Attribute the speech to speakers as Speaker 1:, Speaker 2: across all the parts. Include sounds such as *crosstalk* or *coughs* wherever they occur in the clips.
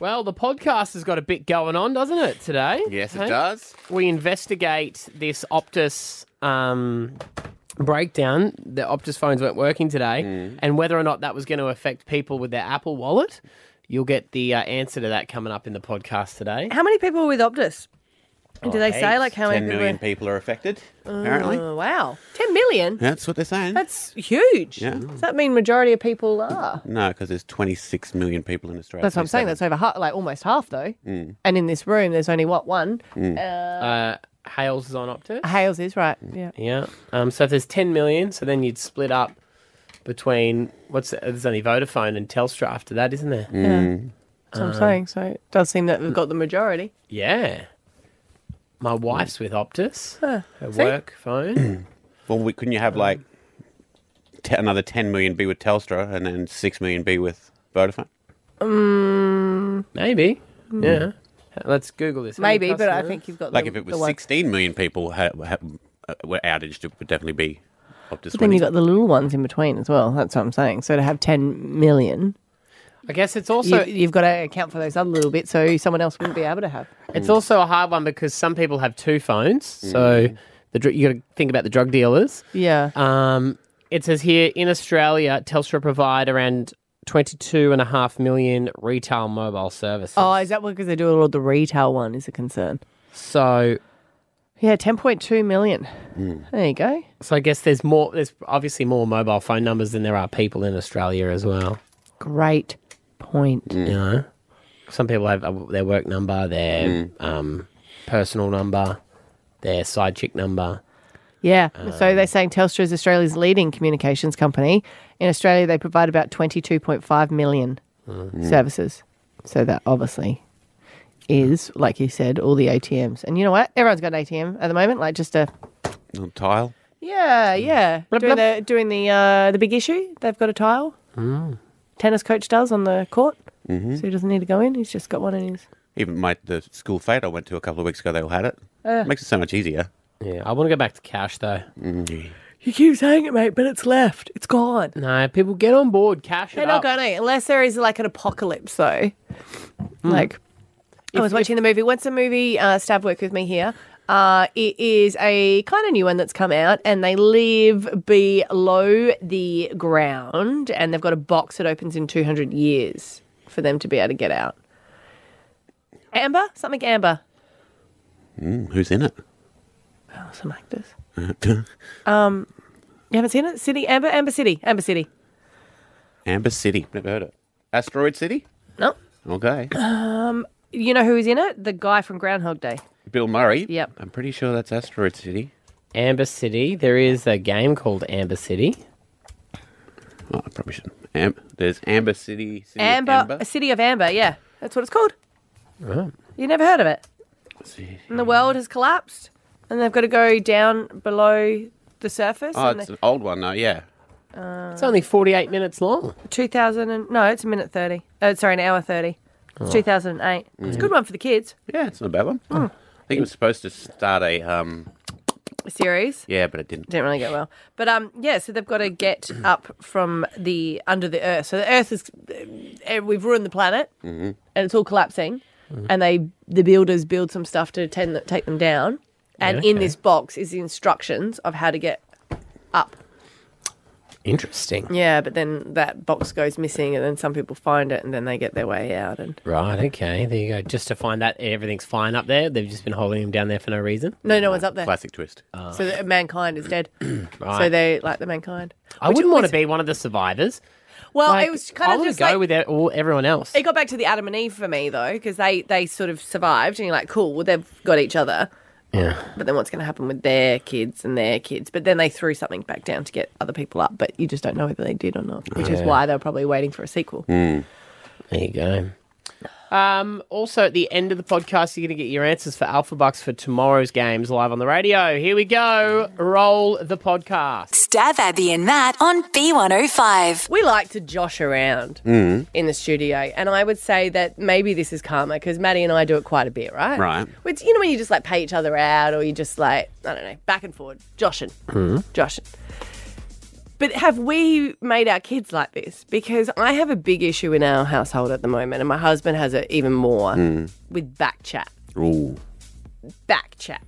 Speaker 1: Well, the podcast has got a bit going on, doesn't it, today?
Speaker 2: Yes, it
Speaker 1: Hey?
Speaker 2: does.
Speaker 1: We investigate this Optus um, breakdown. The Optus phones weren't working today,
Speaker 2: Mm.
Speaker 1: and whether or not that was going to affect people with their Apple Wallet. You'll get the uh, answer to that coming up in the podcast today.
Speaker 3: How many people are with Optus? And do
Speaker 1: Oh,
Speaker 3: they say
Speaker 1: heaps.
Speaker 3: like how many
Speaker 2: 10
Speaker 3: people?
Speaker 2: million people are affected, apparently.
Speaker 3: Oh, wow, ten million.
Speaker 2: That's what they're saying.
Speaker 3: That's huge.
Speaker 2: Yeah.
Speaker 3: Does that mean majority of people are?
Speaker 2: No, because there's 26 million people in Australia.
Speaker 3: That's what I'm saying. That's over half, like almost half though. And in this room, there's only what one.
Speaker 1: Uh, Hales is on Optus.
Speaker 3: Hales is right. Yeah.
Speaker 1: Yeah. Um, so if there's 10 million, so then you'd split up between what's there's only Vodafone and Telstra after that, isn't there?
Speaker 3: Mm.
Speaker 1: Um,
Speaker 3: That's what I'm saying. So it does seem that we've got the majority.
Speaker 1: Yeah. My wife's with Optus, her
Speaker 3: See?
Speaker 1: work
Speaker 3: *clears throat*
Speaker 1: phone.
Speaker 2: Well, we, couldn't you have like te- another 10 million be with Telstra and then 6 million be with Vodafone?
Speaker 1: Maybe. Yeah. Let's Google this. How many
Speaker 3: Um, hmm. Maybe, but I
Speaker 1: customers?
Speaker 3: think you've got
Speaker 2: Like
Speaker 3: the,
Speaker 2: if it
Speaker 3: the
Speaker 2: was
Speaker 3: one-
Speaker 2: 16 million people ha- ha- uh, were outage, it would definitely be Optus.
Speaker 3: But then
Speaker 2: 20.
Speaker 3: you got the little ones in between as well. That's what I'm saying. So to have 10 million,
Speaker 1: I guess it's
Speaker 3: you,
Speaker 1: also
Speaker 3: you've got to account for those other little bits, so someone else wouldn't be able to have.
Speaker 1: it's also a hard one because some people have two phones, so the dr- you got to think about the drug dealers.
Speaker 3: Yeah.
Speaker 1: Um, it says here in Australia, Telstra provide around 22.5 million retail mobile services.
Speaker 3: oh, is that because they do a lot of the retail one? Is a concern.
Speaker 1: So,
Speaker 3: Yeah, 10.2 million. There you go.
Speaker 1: so I guess there's more. There's obviously more mobile phone numbers than there are people in Australia as well.
Speaker 3: Great point.
Speaker 1: You know, some people have uh, their work number, their um, personal number, their side chick number.
Speaker 3: Yeah.
Speaker 1: Um,
Speaker 3: so they're saying Telstra is Australia's leading communications company. In Australia, they provide about 22.5 million
Speaker 1: Mm.
Speaker 3: services. So that obviously is, like you said, all the ATMs. And you know what? Everyone's got an ATM at the moment, like just a.
Speaker 2: Little tile.
Speaker 3: Yeah, yeah. doing
Speaker 1: Mm. blub.
Speaker 3: the doing the uh, the big issue. They've got a tile. Oh. Tennis coach does on the court,
Speaker 1: Mm-hmm.
Speaker 3: so he doesn't need to go in. He's just got one in his.
Speaker 2: Mm-hmm. Even my the school fete I went to a couple of weeks ago, they all had it.
Speaker 3: Uh.
Speaker 2: Makes it so much easier. Mm-hmm.
Speaker 1: Yeah, I want to go back to cash though.
Speaker 3: You keep saying it, mate, but it's left. It's gone.
Speaker 1: No, people get on board. Cash
Speaker 3: They're
Speaker 1: it
Speaker 3: not
Speaker 1: up.
Speaker 3: going to, unless there is like an apocalypse, though.
Speaker 2: Mm.
Speaker 3: Like, I was watching the movie. What's the movie? Uh, Stav work with me here. Uh, it is a kind of new one that's come out, and they live below the ground, and they've got a box that opens in 200 years for them to be able to get out. Amber? Something Amber.
Speaker 2: Mm, who's in it?
Speaker 3: Oh, some actors.
Speaker 2: *laughs*
Speaker 3: Um, You haven't seen it? City? Amber? Amber City. Amber City.
Speaker 2: Amber City. Never heard it. Asteroid City?
Speaker 3: No.
Speaker 2: Okay.
Speaker 3: Um, You know who is in it? The guy from Groundhog Day.
Speaker 2: Bill Murray.
Speaker 3: Yep.
Speaker 2: I'm pretty sure that's Asteroid City.
Speaker 1: Amber City. There is a game called Amber City.
Speaker 2: Oh, I probably shouldn't. Am- There's Amber City. City of
Speaker 3: Amber, a city of amber. Yeah, that's what it's called.
Speaker 1: Right.
Speaker 3: You never heard of it.
Speaker 2: City.
Speaker 3: And the world has collapsed, and they've got to go down below the surface.
Speaker 2: Oh,
Speaker 3: and
Speaker 2: it's an old one though. Yeah.
Speaker 1: It's only 48 minutes long.
Speaker 3: the- 2000 and no, it's a minute thirty. Oh, sorry, an hour thirty. It's 2008. It's a good one for the kids
Speaker 2: Oh. Mm. Yeah, it's not a bad one.
Speaker 3: Hmm.
Speaker 2: I think it was supposed to start a um.
Speaker 3: series.
Speaker 2: Yeah, but it didn't.
Speaker 3: Didn't really go well, but um, yeah. So they've got to get up from the under the earth. So the earth is eh, we've ruined the planet,
Speaker 2: Mm-hmm.
Speaker 3: and it's all collapsing. And they the builders build some stuff to tend, take them down. And in
Speaker 1: Okay.
Speaker 3: this box is the instructions of how to get up.
Speaker 1: Interesting.
Speaker 3: Yeah, but then that box goes missing, and then some people find it, and then they get their way out. And
Speaker 1: Right, okay. There you go. Just to find that everything's fine up there. They've just been holding him down there for no reason. Ah,
Speaker 3: no, no one's up there.
Speaker 2: Classic twist.
Speaker 3: So that mankind is *clears throat* dead. So
Speaker 1: Right.
Speaker 3: they like the mankind.
Speaker 1: I
Speaker 3: Which
Speaker 1: wouldn't want to
Speaker 3: was-
Speaker 1: be one of the survivors.
Speaker 3: Well,
Speaker 1: Like,
Speaker 3: it was kind
Speaker 1: I
Speaker 3: of
Speaker 1: wanna
Speaker 3: just
Speaker 1: go
Speaker 3: like,
Speaker 1: with e- all, everyone else.
Speaker 3: it got back to the Adam and Eve for me though, because they they sort of survived, and you're like, cool, well they've got each other.
Speaker 1: Yeah.
Speaker 3: But then what's going to happen with their kids and their kids? But then they threw something back down to get other people up, but you just don't know whether they did or not, which is
Speaker 1: Yeah.
Speaker 3: why they're probably waiting for a sequel.
Speaker 1: Mm. There you go. Um, also, at the end of the podcast, you're going to get your answers for Alpha Bucks for tomorrow's games live on the radio. Here we go. Roll the podcast.
Speaker 4: Stab Abby and Matt on B105.
Speaker 3: We like to josh around
Speaker 2: Mm-hmm.
Speaker 3: in the studio, and I would say that maybe this is karma because Maddie and I do it quite a bit, right?
Speaker 2: Right.
Speaker 3: Which you know when you just like pay each other out, or you just like I don't know, back and forward, joshing, joshing. But have we made our kids like this? Because I have a big issue in our household at the moment, and my husband has it even more
Speaker 2: Mm. Hmm.
Speaker 3: with back chat. *laughs*
Speaker 2: Ooh.
Speaker 3: Back chat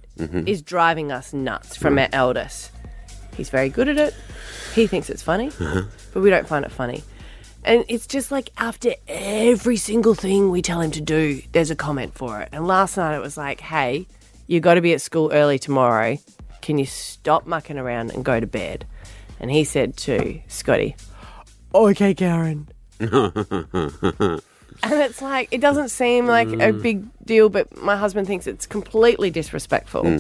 Speaker 3: is driving us nuts from our eldest. He's very good at it. He thinks it's funny,
Speaker 5: Uh-huh.
Speaker 3: but we don't find it funny. And it's just like after every single thing we tell him to do, there's a comment for it. And last night it was like, hey, you got to be at school early tomorrow. Can you stop mucking around and go to bed? And he said to Scotty, okay, Karen. and it's like, it doesn't seem like a
Speaker 2: Mm.
Speaker 3: big deal, but my husband thinks it's completely disrespectful.
Speaker 2: Hmm.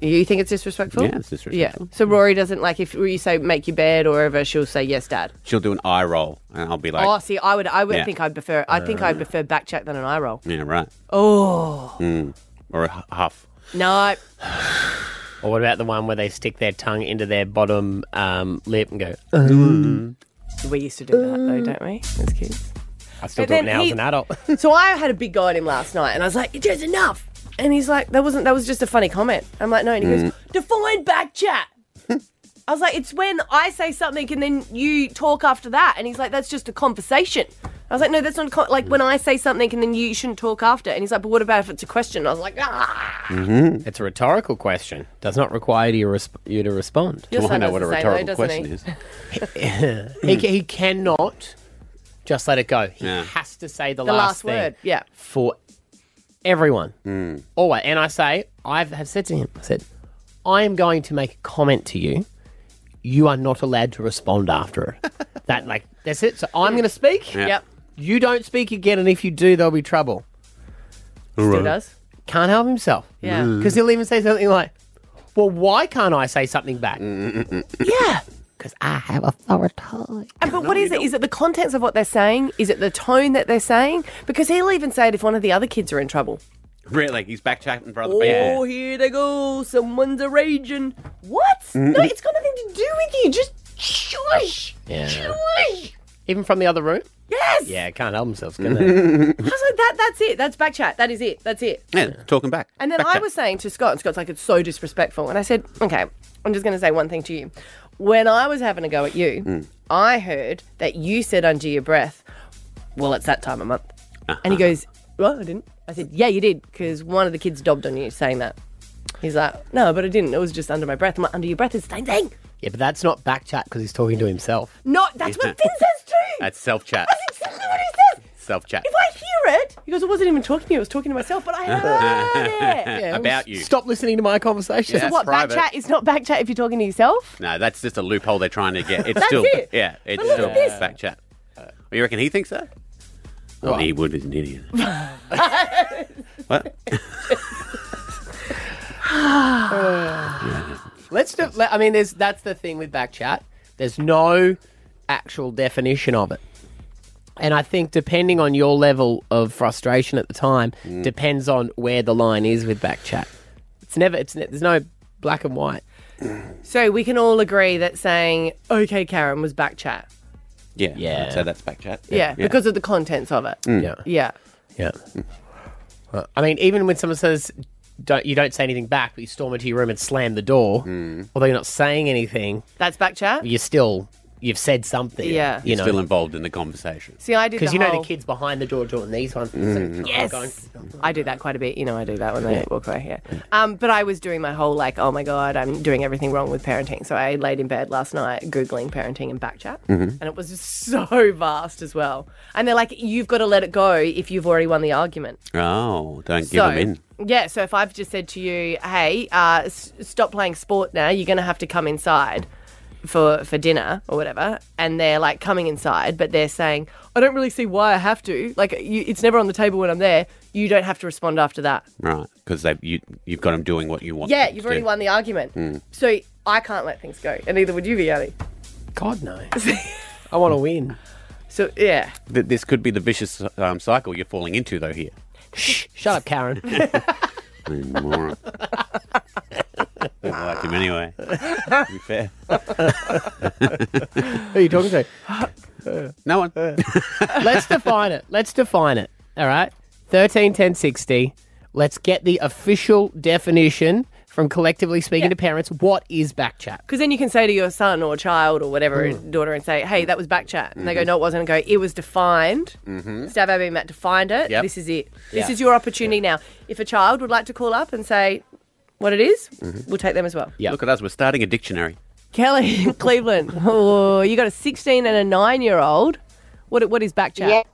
Speaker 3: You think it's disrespectful?
Speaker 2: Mm. Yeah, it's disrespectful.
Speaker 3: Yeah. So Rory doesn't like if you say make your bed or whatever, she'll say yes, dad.
Speaker 2: She'll do an eye roll, and I'll be like,
Speaker 3: Oh, see, I would, I would
Speaker 2: Yeah.
Speaker 3: think I'd prefer, I think I'd prefer back chat than an eye roll.
Speaker 2: yeah, right. Mm.
Speaker 3: Oh
Speaker 2: Or a hu- huff.
Speaker 3: no,
Speaker 1: Or what about the one where they stick their tongue into their bottom um, lip and go?
Speaker 2: Mm-hmm.
Speaker 3: we used to do that though, don't we? As kids.
Speaker 1: I still
Speaker 3: But
Speaker 1: do it
Speaker 3: then
Speaker 1: now
Speaker 3: he-
Speaker 1: as an adult. *laughs*
Speaker 3: So I had a big go at him last night, and I was like, "It is enough." And he's like, "That wasn't. That was just a funny comment." I'm like, "No," and he goes,
Speaker 1: Mm.
Speaker 3: "Define
Speaker 1: *laughs*
Speaker 3: back chat." I was like, "It's when I say something and then you talk after that," and he's like, "That's just a conversation." I was like, "No, that's not a con- like when I say something and then you shouldn't talk after." And he's like, "But what about if it's a question?" I was like, "Ah."
Speaker 2: Mm-hmm.
Speaker 1: it's a rhetorical question. Does not require you, resp- you to respond.
Speaker 3: Your
Speaker 2: Well, I
Speaker 3: son
Speaker 2: know
Speaker 3: does
Speaker 2: what a
Speaker 3: the same
Speaker 2: rhetorical
Speaker 3: though, doesn't
Speaker 2: question
Speaker 3: he?
Speaker 2: is.
Speaker 1: *laughs*
Speaker 2: hmm.
Speaker 1: He, ca- he cannot just let it go. He
Speaker 2: Yeah.
Speaker 1: has to say the,
Speaker 3: The last,
Speaker 1: thing
Speaker 3: word, yeah.
Speaker 1: for everyone. Always. And I say, I have said to him, I said, I am going to make a comment to you. You are not allowed to respond after
Speaker 3: *laughs*
Speaker 1: it. that, like, that's it. So I'm going to speak.
Speaker 2: Yeah.
Speaker 3: Yep,
Speaker 1: You don't speak again, and if you do, there'll be trouble.
Speaker 3: still does.
Speaker 1: Can't help himself.
Speaker 3: Yeah. Mm.
Speaker 1: Because he'll even say something like, well, why can't I say something back? yeah. Because I have authority.
Speaker 3: And but what is it? Is it the contents of what they're saying? Is it the tone that they're saying? Because he'll even say it if one of the other kids are in trouble.
Speaker 2: Really, he's back chatting for other
Speaker 3: Oh,
Speaker 2: people.
Speaker 3: here they go. Oh, Someone's a raging. What? No, it's got nothing to do with you. Just shush.
Speaker 1: Yeah.
Speaker 3: Shush.
Speaker 1: Even from the other room?
Speaker 3: Yes.
Speaker 1: Yeah, can't help themselves, can they?
Speaker 3: *laughs* I was like, that, that's it. That's back chat. That is it. That's it.
Speaker 2: Yeah, talking back.
Speaker 3: And then
Speaker 2: Back
Speaker 3: I
Speaker 2: chat.
Speaker 3: was saying to Scott, and Scott's like, it's so disrespectful. And I said, okay, I'm just going to say one thing to you. When I was having a go at you,
Speaker 2: Hmm.
Speaker 3: I heard that you said under your breath, well, it's that time of month.
Speaker 1: Uh-huh.
Speaker 3: And he goes, well, I didn't. I said, yeah, you did, because one of the kids dobbed on you saying that. He's like, no, but I didn't. It was just under my breath. I'm like, under your breath is the same thing.
Speaker 1: yeah, but that's not back chat because he's talking to himself.
Speaker 3: No, that's what Finn says too.
Speaker 2: That's self chat.
Speaker 3: That's exactly what he says.
Speaker 2: Self chat.
Speaker 3: If I hear it, he goes, I wasn't even talking to you. I was talking to myself, but I
Speaker 2: *laughs*
Speaker 3: heard it.
Speaker 1: Yeah,
Speaker 2: About you.
Speaker 1: *laughs* Stop listening to my
Speaker 3: *laughs*
Speaker 1: conversation. *sighs*
Speaker 2: Yeah.
Speaker 3: What
Speaker 2: private.
Speaker 3: back chat is not back chat if you're talking to yourself?
Speaker 2: No, that's just a loophole they're trying to get. It's still,
Speaker 3: it.
Speaker 2: yeah, it's
Speaker 3: But look
Speaker 2: still
Speaker 3: at this.
Speaker 2: back chat. Oh, you reckon he thinks that? Oh, he would is an
Speaker 3: *laughs*
Speaker 2: idiot. what? *laughs*
Speaker 1: Let's do. Let, I mean, there's that's the thing with back chat. There's no actual definition of it, and I think depending on your level of frustration at the time
Speaker 2: Mm.
Speaker 1: depends on where the line is with back chat. It's never. It's ne- there's no black and white.
Speaker 3: So we can all agree that saying, okay, Karen, was back chat.
Speaker 2: Yeah,
Speaker 1: Yeah.
Speaker 2: I'd say that's back chat.
Speaker 3: Yeah, because of the contents of it.
Speaker 2: Mm.
Speaker 1: Yeah.
Speaker 3: Yeah.
Speaker 1: Yeah. Well, I mean, even when someone says, don't, you don't say anything back, but you storm into your room and slam the door,
Speaker 2: Mm.
Speaker 1: although you're not saying anything,
Speaker 3: That's back chat?
Speaker 1: you're still, you've said something.
Speaker 3: Yeah.
Speaker 1: You
Speaker 2: You're still
Speaker 1: know,
Speaker 2: involved in the conversation.
Speaker 3: See, I did
Speaker 1: because
Speaker 3: the
Speaker 1: you know
Speaker 3: whole- Mm.
Speaker 1: the kids behind the door doing these ones.
Speaker 3: Yes. I do that quite a bit. You know, I do that when I walk away. Yeah. Um, but I was doing my whole like, oh my god, I'm doing everything wrong with parenting. So I laid in bed last night googling parenting and backchat,
Speaker 1: Mm-hmm.
Speaker 3: and it was just *laughs* so vast as well. And they're like, you've got to let it go if you've already won the argument.
Speaker 2: Oh, don't give
Speaker 3: so
Speaker 2: them in.
Speaker 3: yeah, so if I've just said to you, hey, uh, s- stop playing sport now. You're going to have to come inside. For, for dinner or whatever, and they're like coming inside, but they're saying, I don't really see why I have to. Like, you, it's never on the table when I'm there. You don't have to respond after that.
Speaker 2: Right, because they've you you've got them doing what you want.
Speaker 3: Yeah,
Speaker 2: them
Speaker 3: you've
Speaker 2: to
Speaker 3: already
Speaker 2: do. Mm.
Speaker 3: won the argument. So I can't let things go, and neither would you, Vianney.
Speaker 1: God,
Speaker 3: *laughs*
Speaker 1: no. I want to win.
Speaker 3: So yeah,
Speaker 2: Th- This could be the vicious um, cycle you're falling into, though. Here,
Speaker 1: Shut up,
Speaker 3: *laughs*
Speaker 1: Karen. *laughs*
Speaker 2: Mm, moron. *laughs*
Speaker 3: *laughs*
Speaker 2: I like him anyway. *laughs* To be fair.
Speaker 1: Who are you talking to?
Speaker 2: *gasps* No
Speaker 3: *laughs*
Speaker 2: one. *laughs*
Speaker 1: Let's define it. Let's define it. All right. 13, 10, 60. Let's get the official definition from collectively speaking to parents what is backchat.
Speaker 3: Because then you can say to your son or child or whatever,
Speaker 2: Mm.
Speaker 3: daughter, and say, hey, that was back chat. And they
Speaker 2: Mm-hmm.
Speaker 3: go, no, it wasn't. And go, it was defined. Mm-hmm. Stab Abby and Matt defined it.
Speaker 2: Yep.
Speaker 3: This is it. This
Speaker 2: Yeah.
Speaker 3: is your opportunity now. If a child would like to call up and say what it is,
Speaker 1: Mm-hmm.
Speaker 3: we'll take them as well.
Speaker 1: Yeah.
Speaker 2: Look at us. We're starting a dictionary.
Speaker 3: Kelly *laughs* in Cleveland, oh, you got a 16 and a 9 year old. What, what is back chat?
Speaker 6: Yes.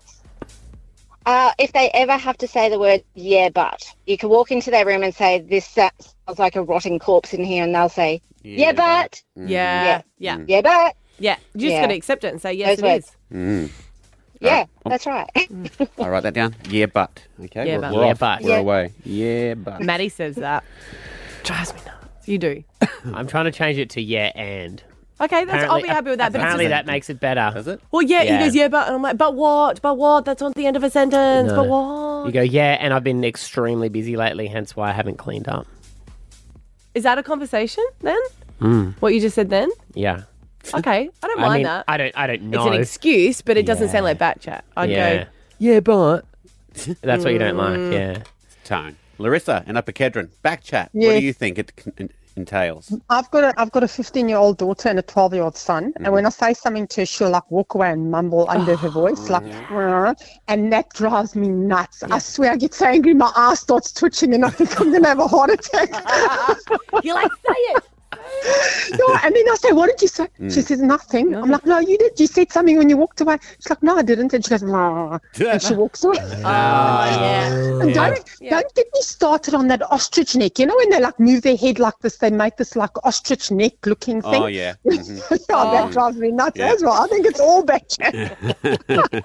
Speaker 6: Uh, if they ever have to say the word, yeah, but you can walk into their room and say, this sa- sounds like a rotting corpse in here, and they'll say, yeah,
Speaker 2: Yeah,
Speaker 6: but,
Speaker 3: Yeah. Yeah. Yeah.
Speaker 6: yeah, but,
Speaker 3: You just
Speaker 6: Yeah.
Speaker 3: got to accept it and say, yes,
Speaker 6: Those
Speaker 3: it
Speaker 6: words.
Speaker 3: is.
Speaker 6: yeah,
Speaker 1: Oh.
Speaker 6: that's right.
Speaker 2: I write that down. Yeah, but okay.
Speaker 3: Yeah,
Speaker 2: we're,
Speaker 3: but.
Speaker 2: we're
Speaker 1: Yeah,
Speaker 2: off.
Speaker 1: but.
Speaker 2: We're
Speaker 6: Yeah.
Speaker 2: away. Yeah, but
Speaker 3: *laughs* Maddie says that. Drives me nuts. You do.
Speaker 1: I'm trying to change it to yeah and.
Speaker 3: Okay, that's, I'll be happy with that. But it's
Speaker 1: apparently
Speaker 3: just,
Speaker 1: that makes it better.
Speaker 2: is it?
Speaker 3: well, yeah,
Speaker 1: Yeah.
Speaker 3: he goes, yeah, but. And I'm like, but what? But what? That's not the end of a sentence. But what?
Speaker 1: You go, yeah, and I've been extremely busy lately, hence why I haven't cleaned up.
Speaker 3: Is that a conversation then?
Speaker 2: Hmm.
Speaker 3: What you just said then?
Speaker 1: Yeah.
Speaker 3: Okay, I don't mind
Speaker 1: I mean,
Speaker 3: that.
Speaker 1: I don't, I don't
Speaker 3: it's
Speaker 1: know.
Speaker 3: an excuse, but it doesn't sound
Speaker 1: Yeah.
Speaker 3: like back chat. I'd
Speaker 1: yeah.
Speaker 3: go,
Speaker 1: Yeah, but. That's what you don't like, yeah.
Speaker 2: Mm. Tone. Larissa and Upper Kedron. Back chat. What
Speaker 7: Yeah.
Speaker 2: do you think it con- entails?
Speaker 7: I've got a I've got a 15 year old daughter and a 12 year old son, and
Speaker 3: Mm.
Speaker 7: when I say something to her, she'll like walk away and mumble under
Speaker 3: *sighs*
Speaker 7: her voice, like, "Rrrr," and that drives me nuts. I swear, I get so angry, my eye starts twitching, and I think I'm gonna have a heart attack.
Speaker 3: *laughs* you're like, say it.
Speaker 7: *laughs*
Speaker 3: Mm.
Speaker 7: yeah, and then I say, "What did you say?" She says, "Nothing." I'm like, "No, you did. You said something when you walked away." She's like, "No, I didn't," and she goes, "Rrrr,"
Speaker 3: *laughs*
Speaker 7: and she walks away.
Speaker 3: Oh,
Speaker 7: And don't, don't get me started on that ostrich neck. You know when they like move their head like this, they make this like ostrich neck looking thing.
Speaker 2: Oh yeah.
Speaker 7: *laughs* yeah, that drives me nuts
Speaker 2: Yeah.
Speaker 7: as well. I think it's all back chat.
Speaker 3: yeah. Right, put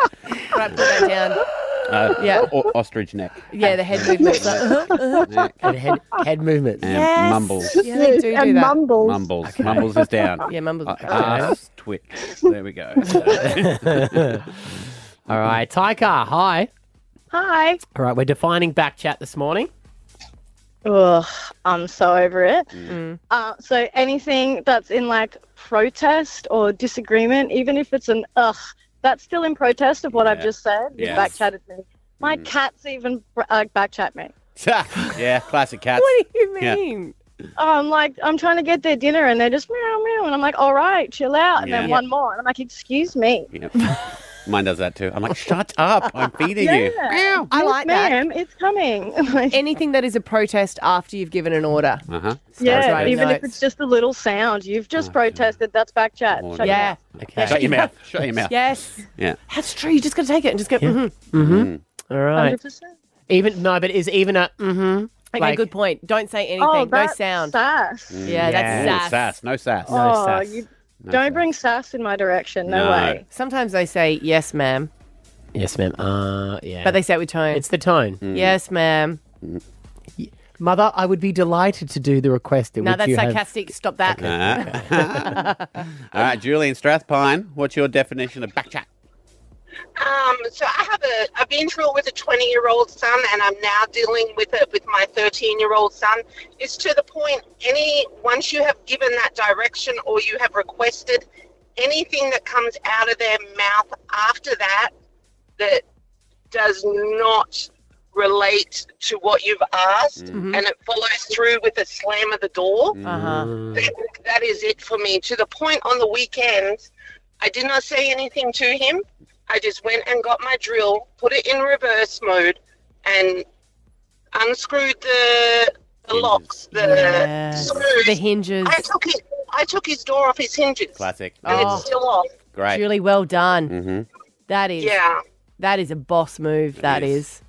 Speaker 3: that down.
Speaker 2: *laughs* Uh,
Speaker 3: Yeah.
Speaker 2: o- ostrich neck.
Speaker 3: Yeah, the head movement.
Speaker 2: Neck.
Speaker 1: *laughs* And head, head movements.
Speaker 2: And
Speaker 3: uh-huh. Yes.
Speaker 2: mumbles. *laughs*
Speaker 3: yeah, they do
Speaker 7: and
Speaker 3: do that.
Speaker 7: mumbles.
Speaker 2: Mumbles. Mumbles is
Speaker 1: *laughs*
Speaker 2: down.
Speaker 3: Yeah, mumbles.
Speaker 2: Uh, ass twitch. There we go.
Speaker 1: All right, Tyka, hi.
Speaker 8: Hi.
Speaker 1: All right, we're defining back chat this morning.
Speaker 8: Ugh, I'm so over it.
Speaker 1: Mm.
Speaker 8: Uh, so anything that's in like protest or disagreement, even if it's an ugh, that's still in protest of what I've
Speaker 2: Yeah.
Speaker 8: just said. You
Speaker 2: Yes. Mm.
Speaker 8: back chatted me. My cat's even br- uh, back chat me.
Speaker 2: yeah, classic cats.
Speaker 3: What do you
Speaker 2: Yeah.
Speaker 3: mean?
Speaker 8: Oh, I'm like, I'm trying to get their dinner and they're just meow meow, and I'm like, all right, chill out, and
Speaker 2: Yeah.
Speaker 8: then one more, and I'm like, excuse me.
Speaker 2: Yep. Mine does that too. I'm like, shut up! I'm feeding you.
Speaker 3: I like that.
Speaker 8: Ma'am, it's coming. *laughs* Like,
Speaker 3: Anything that is a protest after you've given an order.
Speaker 2: Uh huh.
Speaker 8: yeah,
Speaker 3: right.
Speaker 8: even
Speaker 3: No,
Speaker 8: if
Speaker 3: it's-
Speaker 8: it's just a little sound, you've just protested. That's back chat.
Speaker 2: Oh,
Speaker 8: Shut your
Speaker 3: Yeah.
Speaker 8: mouth.
Speaker 1: Okay.
Speaker 2: Shut your mouth. Shut your mouth.
Speaker 3: Yes.
Speaker 2: Yeah. Mm.
Speaker 3: That's true. You just got to take it and just go, mm-hmm. Okay,
Speaker 1: All right.
Speaker 8: 100%.
Speaker 1: Even no, but is even a mm-hmm. Like-
Speaker 3: good point. Don't say anything.
Speaker 8: Oh,
Speaker 3: no
Speaker 8: that's
Speaker 3: sound.
Speaker 8: Sass.
Speaker 3: Yeah,
Speaker 1: Yeah.
Speaker 3: that's
Speaker 2: Ooh,
Speaker 3: sass.
Speaker 2: Mm. sass. No sass.
Speaker 1: No
Speaker 8: oh,
Speaker 1: sass.
Speaker 8: you
Speaker 2: No
Speaker 8: don't
Speaker 2: sass.
Speaker 8: bring sass in my direction. No,
Speaker 2: No.
Speaker 8: way.
Speaker 3: Sometimes they say, yes, ma'am,
Speaker 1: Yes, ma'am. Uh, yeah.
Speaker 3: but they say it with tone.
Speaker 1: it's the tone.
Speaker 2: Mm.
Speaker 3: yes, ma'am.
Speaker 1: Mother, I would be delighted to do the request. in
Speaker 3: No,
Speaker 1: which
Speaker 3: that's
Speaker 1: you have-
Speaker 3: sarcastic. Stop that.
Speaker 2: Ah. *laughs* All right, Julian Strathpine, what's your definition of back chat?
Speaker 5: Um, so I have a, I've been through it with a 20 year old son, and I'm now dealing with it with my 13 year old son. It's to the point, any, once you have given that direction or you have requested anything that comes out of their mouth after that, that does not relate to what you've asked and it follows through with a slam of the door
Speaker 3: Uh-huh.
Speaker 5: that- *laughs* that is it for me. To the point on the weekends, I did not say anything to him. I just went and got my drill, put it in reverse mode, and unscrewed the, the locks, the
Speaker 3: Yes.
Speaker 5: screws.
Speaker 3: The hinges.
Speaker 5: I took it. I took his door off his hinges,
Speaker 2: Classic.
Speaker 5: and
Speaker 3: Oh.
Speaker 5: it's still off.
Speaker 2: *laughs* Great.
Speaker 3: Julie, well done.
Speaker 2: Mm-hmm.
Speaker 3: That is
Speaker 5: Yeah,
Speaker 3: that is a boss move. That
Speaker 2: is.
Speaker 3: is.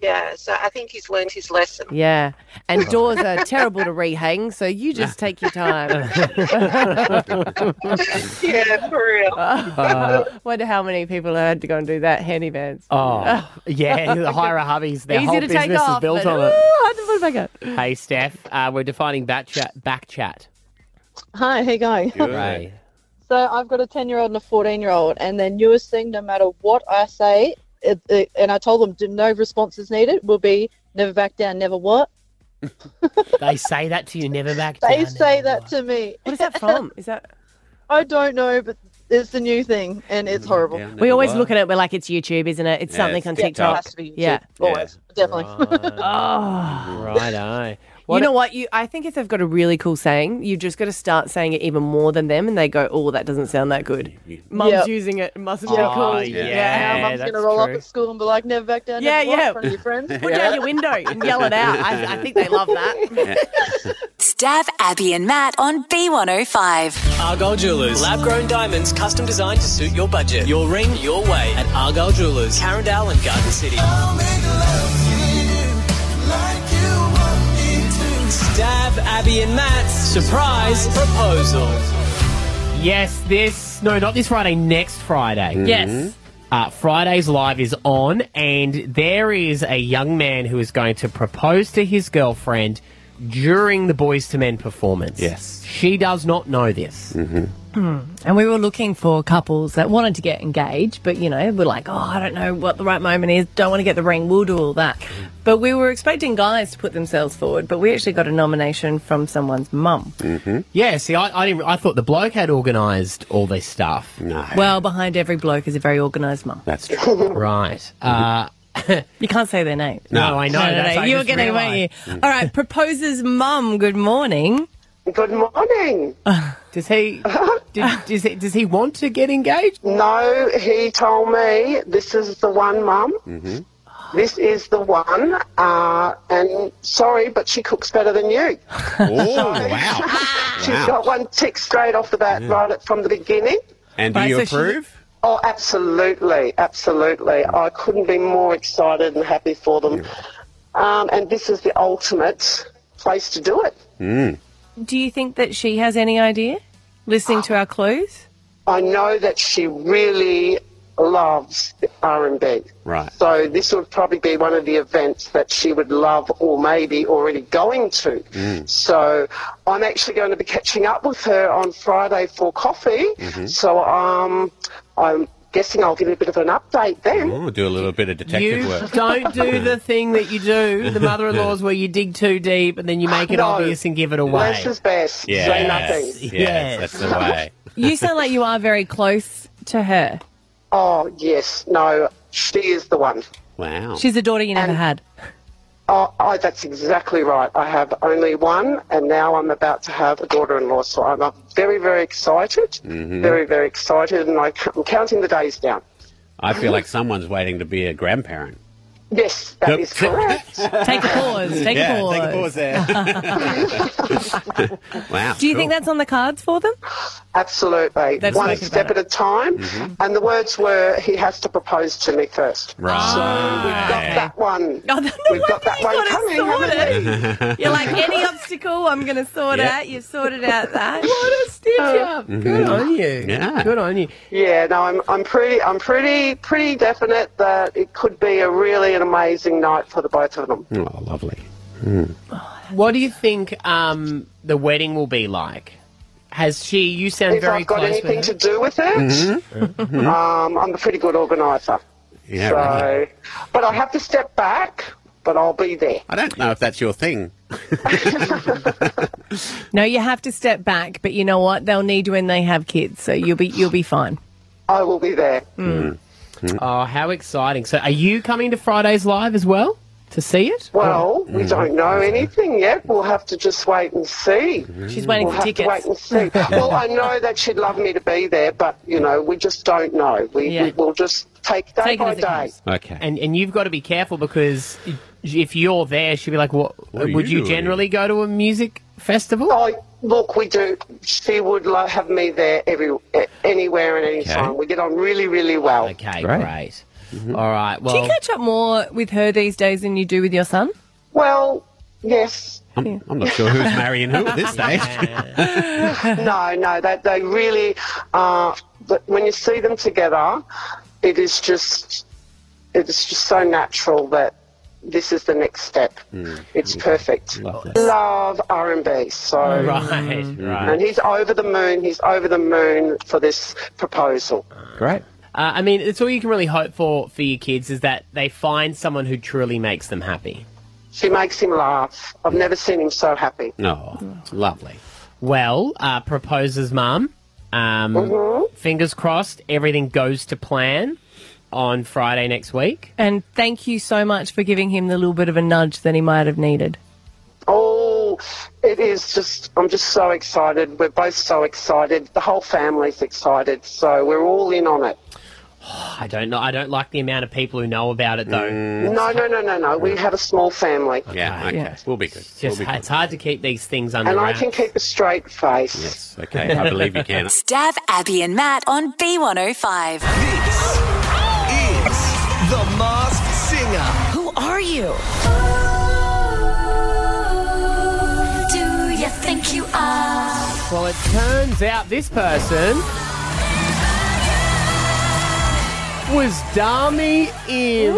Speaker 5: yeah. So I think he's learned his lesson.
Speaker 3: Yeah.
Speaker 1: *laughs*
Speaker 3: And doors are terrible to rehang, so you just take your time.
Speaker 5: *laughs* yeah, for
Speaker 3: *laughs*
Speaker 5: real.
Speaker 3: Uh, Wonder how many people had to go and do that. Handyman's.
Speaker 1: Oh,
Speaker 3: *laughs*
Speaker 1: yeah, the hire a hubbies. Their
Speaker 3: Easy
Speaker 1: whole
Speaker 3: to
Speaker 1: business
Speaker 3: take off.
Speaker 1: is built
Speaker 3: but,
Speaker 1: on
Speaker 3: Ooh,
Speaker 1: it.
Speaker 3: I had to put it back up.
Speaker 1: Hey, Steph, uh, we're defining back chat. Back chat.
Speaker 8: Hi, how you going?
Speaker 2: Good.
Speaker 1: Right.
Speaker 8: *laughs* So I've got a 10 year old and a 14 year old, and their newest thing, no matter what I say, it, it, and I told them "Do- no response is needed, will be never back down, never what.
Speaker 1: They say that to you, never back down.
Speaker 8: They say
Speaker 1: never
Speaker 8: that
Speaker 1: what.
Speaker 8: to me.
Speaker 3: What is that
Speaker 8: *laughs*
Speaker 3: from? Is that
Speaker 8: I don't know, but it's the new thing, and it's horrible.
Speaker 2: Yeah,
Speaker 3: we
Speaker 2: never
Speaker 3: always
Speaker 2: was.
Speaker 3: look at it? We're like, it's YouTube, isn't it? It's
Speaker 2: Yeah,
Speaker 3: something
Speaker 2: it's
Speaker 3: on
Speaker 8: Yeah, it
Speaker 3: TikTok.
Speaker 8: has to be YouTube.
Speaker 3: Yeah.
Speaker 8: *laughs*
Speaker 9: *laughs*
Speaker 2: Yeah.
Speaker 8: Always. Definitely.
Speaker 1: Right. Righto.
Speaker 3: Oh. you know what? You, I think if they've got a really cool saying, you've just got to start saying it even more than them, and they go, "Oh, that doesn't sound that good." Mum's
Speaker 9: Yep.
Speaker 3: using it. it Must be
Speaker 9: Yeah,
Speaker 3: cool.
Speaker 1: Oh,
Speaker 9: Yeah,
Speaker 1: yeah,
Speaker 9: mum's
Speaker 1: that's
Speaker 9: gonna roll up
Speaker 1: true.
Speaker 9: at school and be like, "Never back down,
Speaker 3: Yeah,
Speaker 9: never walk
Speaker 3: yeah.
Speaker 9: in front of your friends."
Speaker 3: Put down your window and yell it out. I, I think they love that.
Speaker 4: Stab Abby and Matt on B105.
Speaker 10: Argyle Jewelers. Lab grown diamonds custom designed to suit your budget. Your ring, your way at Argyle Jewelers, Carindale and Garden City. Stab Abby and Matt's surprise proposal.
Speaker 1: Yes, this. No, not this Friday, next Friday.
Speaker 11: Yes.
Speaker 1: Uh, Friday's Live is on, and there is a young man who is going to propose to his girlfriend during the Boys to Men performance. Yes. She does not know this. Mm-hmm.
Speaker 3: Mm.
Speaker 11: And we were looking for couples that wanted to get engaged,
Speaker 3: But you know, we're like, oh, I don't know what the right moment is. Don't want to get the ring. We'll do all that. But we were expecting guys to put themselves forward, but we actually got a nomination from someone's mum.
Speaker 1: Mm-hmm. Yeah, see, I, I, didn't, I thought the bloke had organised all this stuff. No.
Speaker 3: Well, behind every bloke is a very organised mum.
Speaker 1: That's true. right. Uh,
Speaker 3: *laughs* You can't say their name.
Speaker 1: No, I know,
Speaker 3: No, no,
Speaker 1: that's-
Speaker 3: no.
Speaker 1: I
Speaker 3: You were
Speaker 1: just
Speaker 3: going to, weren't you?
Speaker 1: realised.
Speaker 3: *laughs* All right. Proposer's mum. Good morning.
Speaker 12: Good
Speaker 3: *laughs*
Speaker 12: morning.
Speaker 1: Does
Speaker 12: *laughs*
Speaker 1: he, did, does he does he want to get engaged?
Speaker 12: No, he told me this is the one, Mum.
Speaker 2: Mm-hmm.
Speaker 12: This is the one. Uh, and sorry, but she cooks better than you. *laughs*
Speaker 2: Oh, wow.
Speaker 12: She's
Speaker 2: Wow.
Speaker 12: got one tick straight off the bat, right at, from the beginning.
Speaker 2: And do you approve?
Speaker 12: Oh, absolutely, absolutely. I couldn't be more excited and happy for them. Um, and this is the ultimate place to do it.
Speaker 2: Mm.
Speaker 3: Do you think that she has any idea? Listening to our clues.
Speaker 12: I know that she really loves R and B.
Speaker 2: Right.
Speaker 12: So this would probably be one of the events that she would love, or maybe already going to.
Speaker 2: Mm.
Speaker 3: *laughs*
Speaker 2: *laughs*
Speaker 12: So I'm actually going to be catching up with her on Friday for coffee.
Speaker 2: Mm-hmm.
Speaker 12: So um, I'm guessing I'll give you a bit of an update then.
Speaker 2: Oh, do a little bit of detective
Speaker 1: you
Speaker 2: work. *laughs*
Speaker 1: don't do the thing that you do, the mother-in-laws, where you dig too deep and then you make it
Speaker 12: No.
Speaker 1: obvious and give it away.
Speaker 12: Less is best.
Speaker 2: Yes.
Speaker 12: Say nothing.
Speaker 2: Yes,
Speaker 12: *laughs*
Speaker 2: that's the way.
Speaker 3: You sound like you are very close to her.
Speaker 12: Oh yes, no, she is the one.
Speaker 2: Wow.
Speaker 3: She's a daughter you never had.
Speaker 12: Oh, I, that's exactly right. I have only one, and now I'm about to have a daughter-in-law. So I'm uh, very, very excited.
Speaker 2: Mm-hmm.
Speaker 12: Very, very excited, and I, am counting the days down.
Speaker 2: I feel like someone's waiting to be a grandparent.
Speaker 12: Yes,
Speaker 2: *laughs*
Speaker 12: that
Speaker 2: Nope.
Speaker 12: is correct.
Speaker 3: Take
Speaker 12: *laughs*
Speaker 2: *laughs*
Speaker 3: a pause. Take
Speaker 2: Yeah,
Speaker 3: a pause.
Speaker 2: take a pause Wow.
Speaker 3: Do you
Speaker 2: cool.
Speaker 3: think that's on the cards for them?
Speaker 12: Absolutely.
Speaker 3: That's
Speaker 12: one
Speaker 3: nice about
Speaker 12: step at a time.
Speaker 2: Mm-hmm.
Speaker 12: And the words were, he has to propose to me first.
Speaker 2: Right.
Speaker 12: That one. We've got that one coming. haven't we?
Speaker 3: You're like any obstacle, I'm going to sort
Speaker 2: Yeah.
Speaker 3: out. You've sorted
Speaker 12: *laughs*
Speaker 3: out that.
Speaker 1: What a stitch up. Oh, Good on you.
Speaker 2: Mm-hmm. Yeah.
Speaker 1: Good on you.
Speaker 12: *laughs* Yeah, no, I'm, I'm pretty, I'm pretty, pretty definite that it could be a really an amazing night for the both of them.
Speaker 2: Oh, lovely.
Speaker 1: What do you think um, the wedding will be like? Has she? You sound
Speaker 12: if
Speaker 1: very
Speaker 12: I've got
Speaker 1: close with
Speaker 12: anything
Speaker 1: her.
Speaker 12: to do with it, um, I'm a pretty good organiser.
Speaker 2: Mm-hmm. Yeah,
Speaker 12: so,
Speaker 2: right.
Speaker 12: but I have to step back, but I'll be there.
Speaker 2: I don't know if that's your thing.
Speaker 3: No, you have to step back, but you know what? They'll need you when they have kids, so you'll be you'll be fine.
Speaker 12: I will be there.
Speaker 2: Mm. Mm-hmm.
Speaker 1: Oh, how exciting! So, are you coming to Friday's live as well to see it?
Speaker 12: Well,
Speaker 2: Mm.
Speaker 12: we
Speaker 1: Mm-hmm.
Speaker 12: don't know
Speaker 2: Mm-hmm.
Speaker 12: anything yet. We'll have to just wait and see.
Speaker 3: She's waiting
Speaker 12: We'll
Speaker 3: for
Speaker 12: have
Speaker 3: tickets.
Speaker 12: to wait and see.
Speaker 3: *laughs*
Speaker 12: well, I know that she'd love me to be there, but you know, we just don't know. We,
Speaker 3: Yeah.
Speaker 12: we will just take day
Speaker 3: Take it
Speaker 12: by
Speaker 3: as it
Speaker 12: day.
Speaker 3: comes.
Speaker 2: Okay.
Speaker 1: And and you've got to be careful because if you're there, she'll be like, "What?
Speaker 2: What are
Speaker 1: would
Speaker 2: you
Speaker 1: you,
Speaker 2: doing?"
Speaker 1: generally go to a music festival?"
Speaker 12: I look, we do. She would lo- have me there every eh, anywhere and any time. We get on really, really well.
Speaker 1: Okay, great.
Speaker 2: Mm-hmm.
Speaker 1: All right.
Speaker 3: Do
Speaker 1: Well,
Speaker 3: you catch up more with her these days than you do with your son?
Speaker 12: Well, yes.
Speaker 2: I'm, I'm not sure who's marrying who at this stage.
Speaker 12: No, no, they, they really are. But when you see them together, it is just, it is just so natural that this is the next step. It's perfect.
Speaker 2: Lovely.
Speaker 12: Love R and B. So,
Speaker 1: right, right.
Speaker 12: and he's over the moon. He's over the moon for this proposal.
Speaker 2: Great.
Speaker 1: Uh, I mean, it's all you can really hope for for your kids is that they find someone who truly makes them happy.
Speaker 12: She makes him laugh. I've never seen him so happy.
Speaker 2: No, lovely.
Speaker 1: Well, uh, proposes mum. Um,
Speaker 12: Mm-hmm.
Speaker 1: Fingers crossed, everything goes to plan on Friday next week. *sighs*
Speaker 3: And thank you so much for giving him the little bit of a nudge that he might have needed.
Speaker 12: Oh, it is just, I'm just so excited. We're both so excited. The whole family's excited. So we're all in on it.
Speaker 1: I don't know. I don't like the amount of people who know about it though.
Speaker 12: No, no, no, no, no. We have a small family.
Speaker 2: Mm. Yeah, okay. We'll be good.
Speaker 1: Just, it's hard to keep these things under
Speaker 12: And I
Speaker 1: wraps.
Speaker 12: can keep a straight face.
Speaker 2: Yes, okay. I believe you can.
Speaker 4: Stab Abby and Matt on B105.
Speaker 10: It's the Masked Singer.
Speaker 4: Who are you? Do you think you are?
Speaker 1: Well, it turns out this person was Dami in.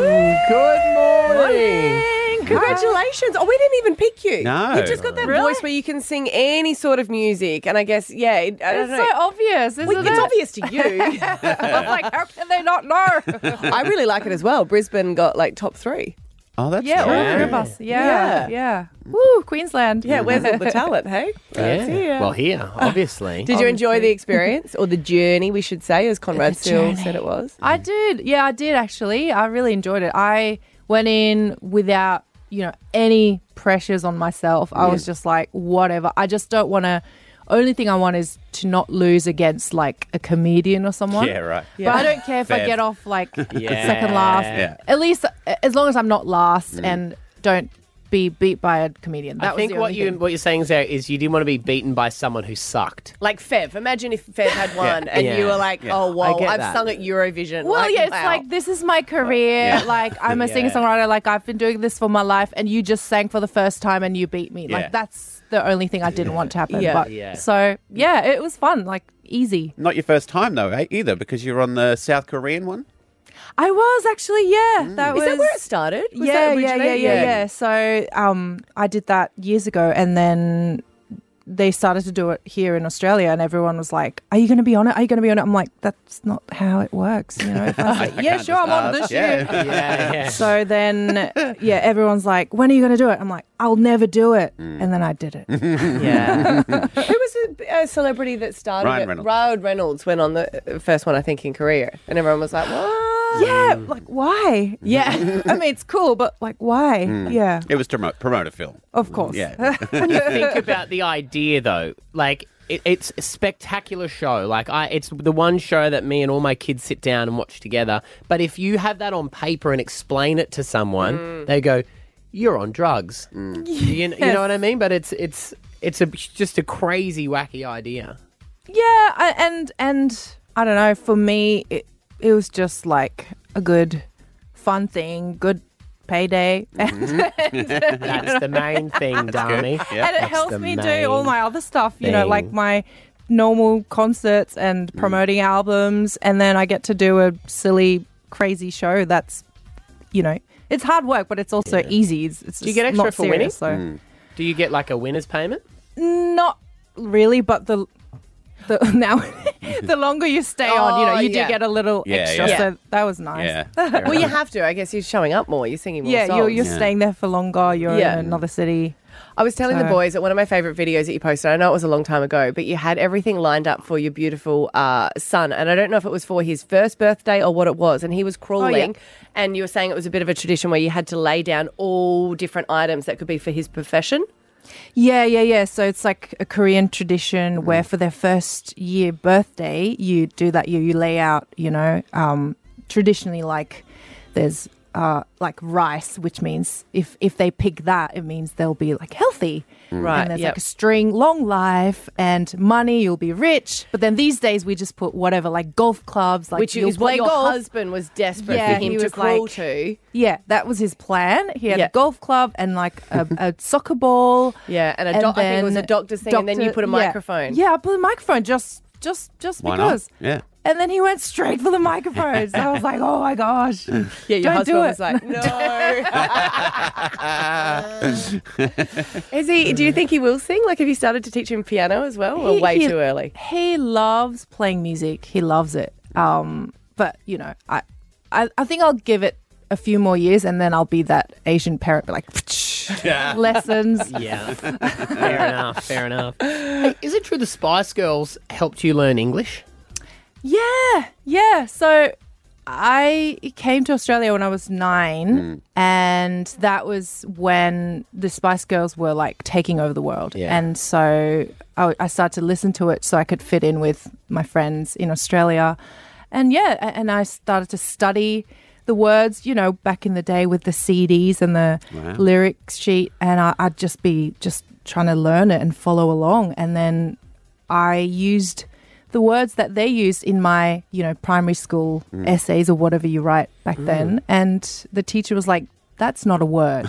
Speaker 1: Good morning.
Speaker 3: Congratulations. Oh, we didn't even pick you.
Speaker 1: No.
Speaker 3: You just got that
Speaker 1: Really?
Speaker 3: voice where you can sing any sort of music. And I guess, yeah. It, I don't
Speaker 9: It's
Speaker 3: know.
Speaker 9: so obvious, isn't
Speaker 3: Well,
Speaker 9: it?
Speaker 3: It's obvious to you. *laughs* I'm
Speaker 9: *laughs*
Speaker 3: like, how can they not know? I really like it as well. Brisbane got like top three.
Speaker 2: Oh, that's
Speaker 9: Yeah, all three of us. Yeah, yeah. Woo, Queensland.
Speaker 3: Yeah, where's *laughs* all the talent, hey?
Speaker 1: Yeah.
Speaker 3: It's here.
Speaker 1: Well, here, obviously. Um,
Speaker 3: Did you enjoy the experience or the journey, we should say, as Conrad still said it was?
Speaker 9: I did. Yeah, I did actually. I really enjoyed it. I went in without, you know, any pressures on myself. I
Speaker 11: Yeah.
Speaker 9: was just like, whatever. I just don't want to. Only thing I want is to not lose against like a comedian or someone.
Speaker 2: Yeah, right.
Speaker 9: But I don't care if I
Speaker 2: Fair.
Speaker 9: get off like
Speaker 2: *laughs* Yeah.
Speaker 9: second last.
Speaker 2: Yeah.
Speaker 9: At least, as long as I'm not last
Speaker 1: Mm.
Speaker 9: and don't be beat by a comedian. That
Speaker 1: I think
Speaker 9: was the
Speaker 1: what
Speaker 9: only
Speaker 1: you
Speaker 9: thing.
Speaker 1: what you're saying there is you didn't want to be beaten by someone who sucked.
Speaker 3: Like Fev. Imagine if Fev had won
Speaker 1: Yeah.
Speaker 3: and you
Speaker 1: Yeah.
Speaker 3: were like,
Speaker 1: Yeah.
Speaker 3: oh,
Speaker 1: I
Speaker 3: wow,
Speaker 1: get
Speaker 3: I've
Speaker 1: that.
Speaker 3: sung at Eurovision.
Speaker 9: Well, yeah, it's
Speaker 3: wow.
Speaker 9: like this is my career.
Speaker 3: Yeah.
Speaker 9: *laughs* Like I'm a
Speaker 3: *laughs* Yeah.
Speaker 9: singer songwriter. Like I've been doing this for my life, and you just sang for the first time and you beat me.
Speaker 2: Yeah.
Speaker 9: Like that's the only thing I didn't want to happen.
Speaker 2: Yeah.
Speaker 9: But,
Speaker 2: Yeah.
Speaker 9: So yeah, it was fun. Like easy.
Speaker 2: Not your first time though, eh? Either because you're on the South Korean one.
Speaker 9: I was actually yeah. That
Speaker 3: Mm. Is
Speaker 9: was
Speaker 3: that where it started? Was
Speaker 9: yeah,
Speaker 3: that
Speaker 9: yeah, yeah,
Speaker 3: originally?
Speaker 9: yeah, yeah. So um, I did that years ago, and then they started to do it here in Australia, and everyone was like, "Are you going to be on it? Are you going to be on it?" I'm like, "That's not how it works." You know, if
Speaker 3: *laughs*
Speaker 9: I say,
Speaker 11: I
Speaker 9: "Yeah,
Speaker 11: can't
Speaker 9: sure, I'm on it
Speaker 11: just
Speaker 9: this
Speaker 11: ask."
Speaker 9: year."
Speaker 11: Yeah.
Speaker 9: *laughs*
Speaker 11: Yeah, yeah.
Speaker 9: So then, yeah, everyone's like, "When are you going to do it?" I'm like, "I'll never do it," and then I did it.
Speaker 3: *laughs* Yeah. Who was a, a celebrity that started
Speaker 9: Ryan
Speaker 3: it?
Speaker 9: Reynolds.
Speaker 3: Ryan Reynolds went on the uh, first one, I think, in Korea. And everyone was like, what?
Speaker 9: Yeah, like why? Yeah, I mean it's cool, but like why?
Speaker 2: Mm.
Speaker 9: Eh, Yeah, Oh.
Speaker 2: It was to promote, promote a film.
Speaker 9: Of course. *laughs*
Speaker 2: Yeah.
Speaker 1: when you think about the idea though like it, it's a spectacular show like i it's the one show that me and all my kids sit down and watch together but if you have that on paper and explain it to someone
Speaker 10: Mm.
Speaker 1: they go you're on drugs *laughs*
Speaker 9: Mm.
Speaker 1: you, kn- you know what i mean but it's it's it's a, just a crazy wacky idea
Speaker 9: yeah, I, and and I don't know. For me, it it was just like a good, fun thing, good payday,
Speaker 1: *laughs* Mm-hmm.
Speaker 9: *laughs* and,
Speaker 1: that's the main thing Dami.
Speaker 9: and it
Speaker 1: That's
Speaker 9: helps
Speaker 1: the
Speaker 9: me
Speaker 1: main-
Speaker 9: do all my other stuff, you know, like
Speaker 1: thing.
Speaker 9: my normal concerts and promoting albums. And then I get to do a silly, crazy show that's, you know, it's hard work, but it's also easy. It's, it's just
Speaker 1: do you get extra
Speaker 9: not
Speaker 1: for winning Mm.
Speaker 9: serious, So.
Speaker 1: do you get like a winner's payment
Speaker 9: Not really, but the. The, *laughs* now, the longer you stay on, you
Speaker 3: Oh,
Speaker 9: know, you
Speaker 3: yeah.
Speaker 9: do get a little
Speaker 3: Yeah,
Speaker 9: extra.
Speaker 3: yeah.
Speaker 9: So that was nice.
Speaker 3: well, you have to. I guess you're showing up more. You're singing more
Speaker 9: Yeah,
Speaker 3: songs.
Speaker 9: you're, you're staying there for longer. You're
Speaker 3: Yeah.
Speaker 9: in another city.
Speaker 3: I was telling the
Speaker 9: So-
Speaker 3: boys that one of my favorite videos that you posted, I know it was a long time ago, but you had everything lined up for your beautiful uh, son. And I don't know if it was for his first birthday or what it was. And he
Speaker 9: Oh,
Speaker 3: was crawling. And you were saying it was a bit of a tradition where you had to lay down all different items that could be for his profession.
Speaker 9: Yeah, yeah, yeah. So it's like a Korean tradition where for their first year birthday, you do that. You you lay out, you know, um, traditionally like there's uh, like rice, which means if if they pick that, it means they'll be like healthy.
Speaker 3: Mm. Right,
Speaker 9: And there's
Speaker 3: yep.
Speaker 9: like a string, long life, and money. You'll be rich. But then these days we just put whatever, like golf clubs, like
Speaker 3: which
Speaker 9: you'll
Speaker 3: is what
Speaker 9: play
Speaker 3: your
Speaker 9: golf.
Speaker 3: husband was desperate
Speaker 9: Yeah,
Speaker 3: for him
Speaker 9: he
Speaker 3: to
Speaker 9: was
Speaker 3: crawl
Speaker 9: like-
Speaker 3: to.
Speaker 9: Yeah, that was his plan. He had
Speaker 3: Yeah.
Speaker 9: a golf club and like a,
Speaker 3: *laughs*
Speaker 9: a soccer ball.
Speaker 3: Yeah, and a doc- I think it was a doctor's thing, and then you put a
Speaker 9: yeah.
Speaker 3: microphone.
Speaker 9: Yeah, I put a microphone just, just, just
Speaker 2: Why not?
Speaker 9: because.
Speaker 2: Yeah.
Speaker 9: And then he went straight for the microphone. So I was like, oh my
Speaker 3: *laughs*
Speaker 9: gosh. Yeah,
Speaker 3: your
Speaker 9: Don't do
Speaker 3: husband
Speaker 9: it.
Speaker 3: was
Speaker 9: *laughs*
Speaker 3: like,
Speaker 2: yeah.
Speaker 3: Is
Speaker 9: *laughs*
Speaker 3: he? Do you think he will sing? Like, have you started to teach him piano as well, or way
Speaker 9: he-
Speaker 3: too early?
Speaker 9: He loves playing music. He loves it. Um, but you know, I, I, I think I'll give it a few more years, and then I'll be that Asian parent, like *laughs* lessons.
Speaker 3: *laughs*
Speaker 1: yeah *laughs* fair enough fair enough Hey, is it true the spice girls helped you learn english
Speaker 9: Yeah, yeah. So I came to Australia when I was
Speaker 13: Hmm.
Speaker 9: nine, and that was when the Spice Girls were like taking over the world.
Speaker 13: Yeah.
Speaker 9: And so I, I started to listen to it so I could fit in with my friends in Australia. And yeah, a- and I started to study the words, you know, back in the day with the CDs and the
Speaker 13: Wow.
Speaker 9: lyrics sheet. And I, I'd just be just trying to learn it and follow along. And then I used the words that they used in my, you know, primary school
Speaker 13: Mm.
Speaker 9: essays or whatever you write back
Speaker 13: Mm.
Speaker 9: then. And the teacher was like, that's not
Speaker 2: *laughs*
Speaker 9: a word.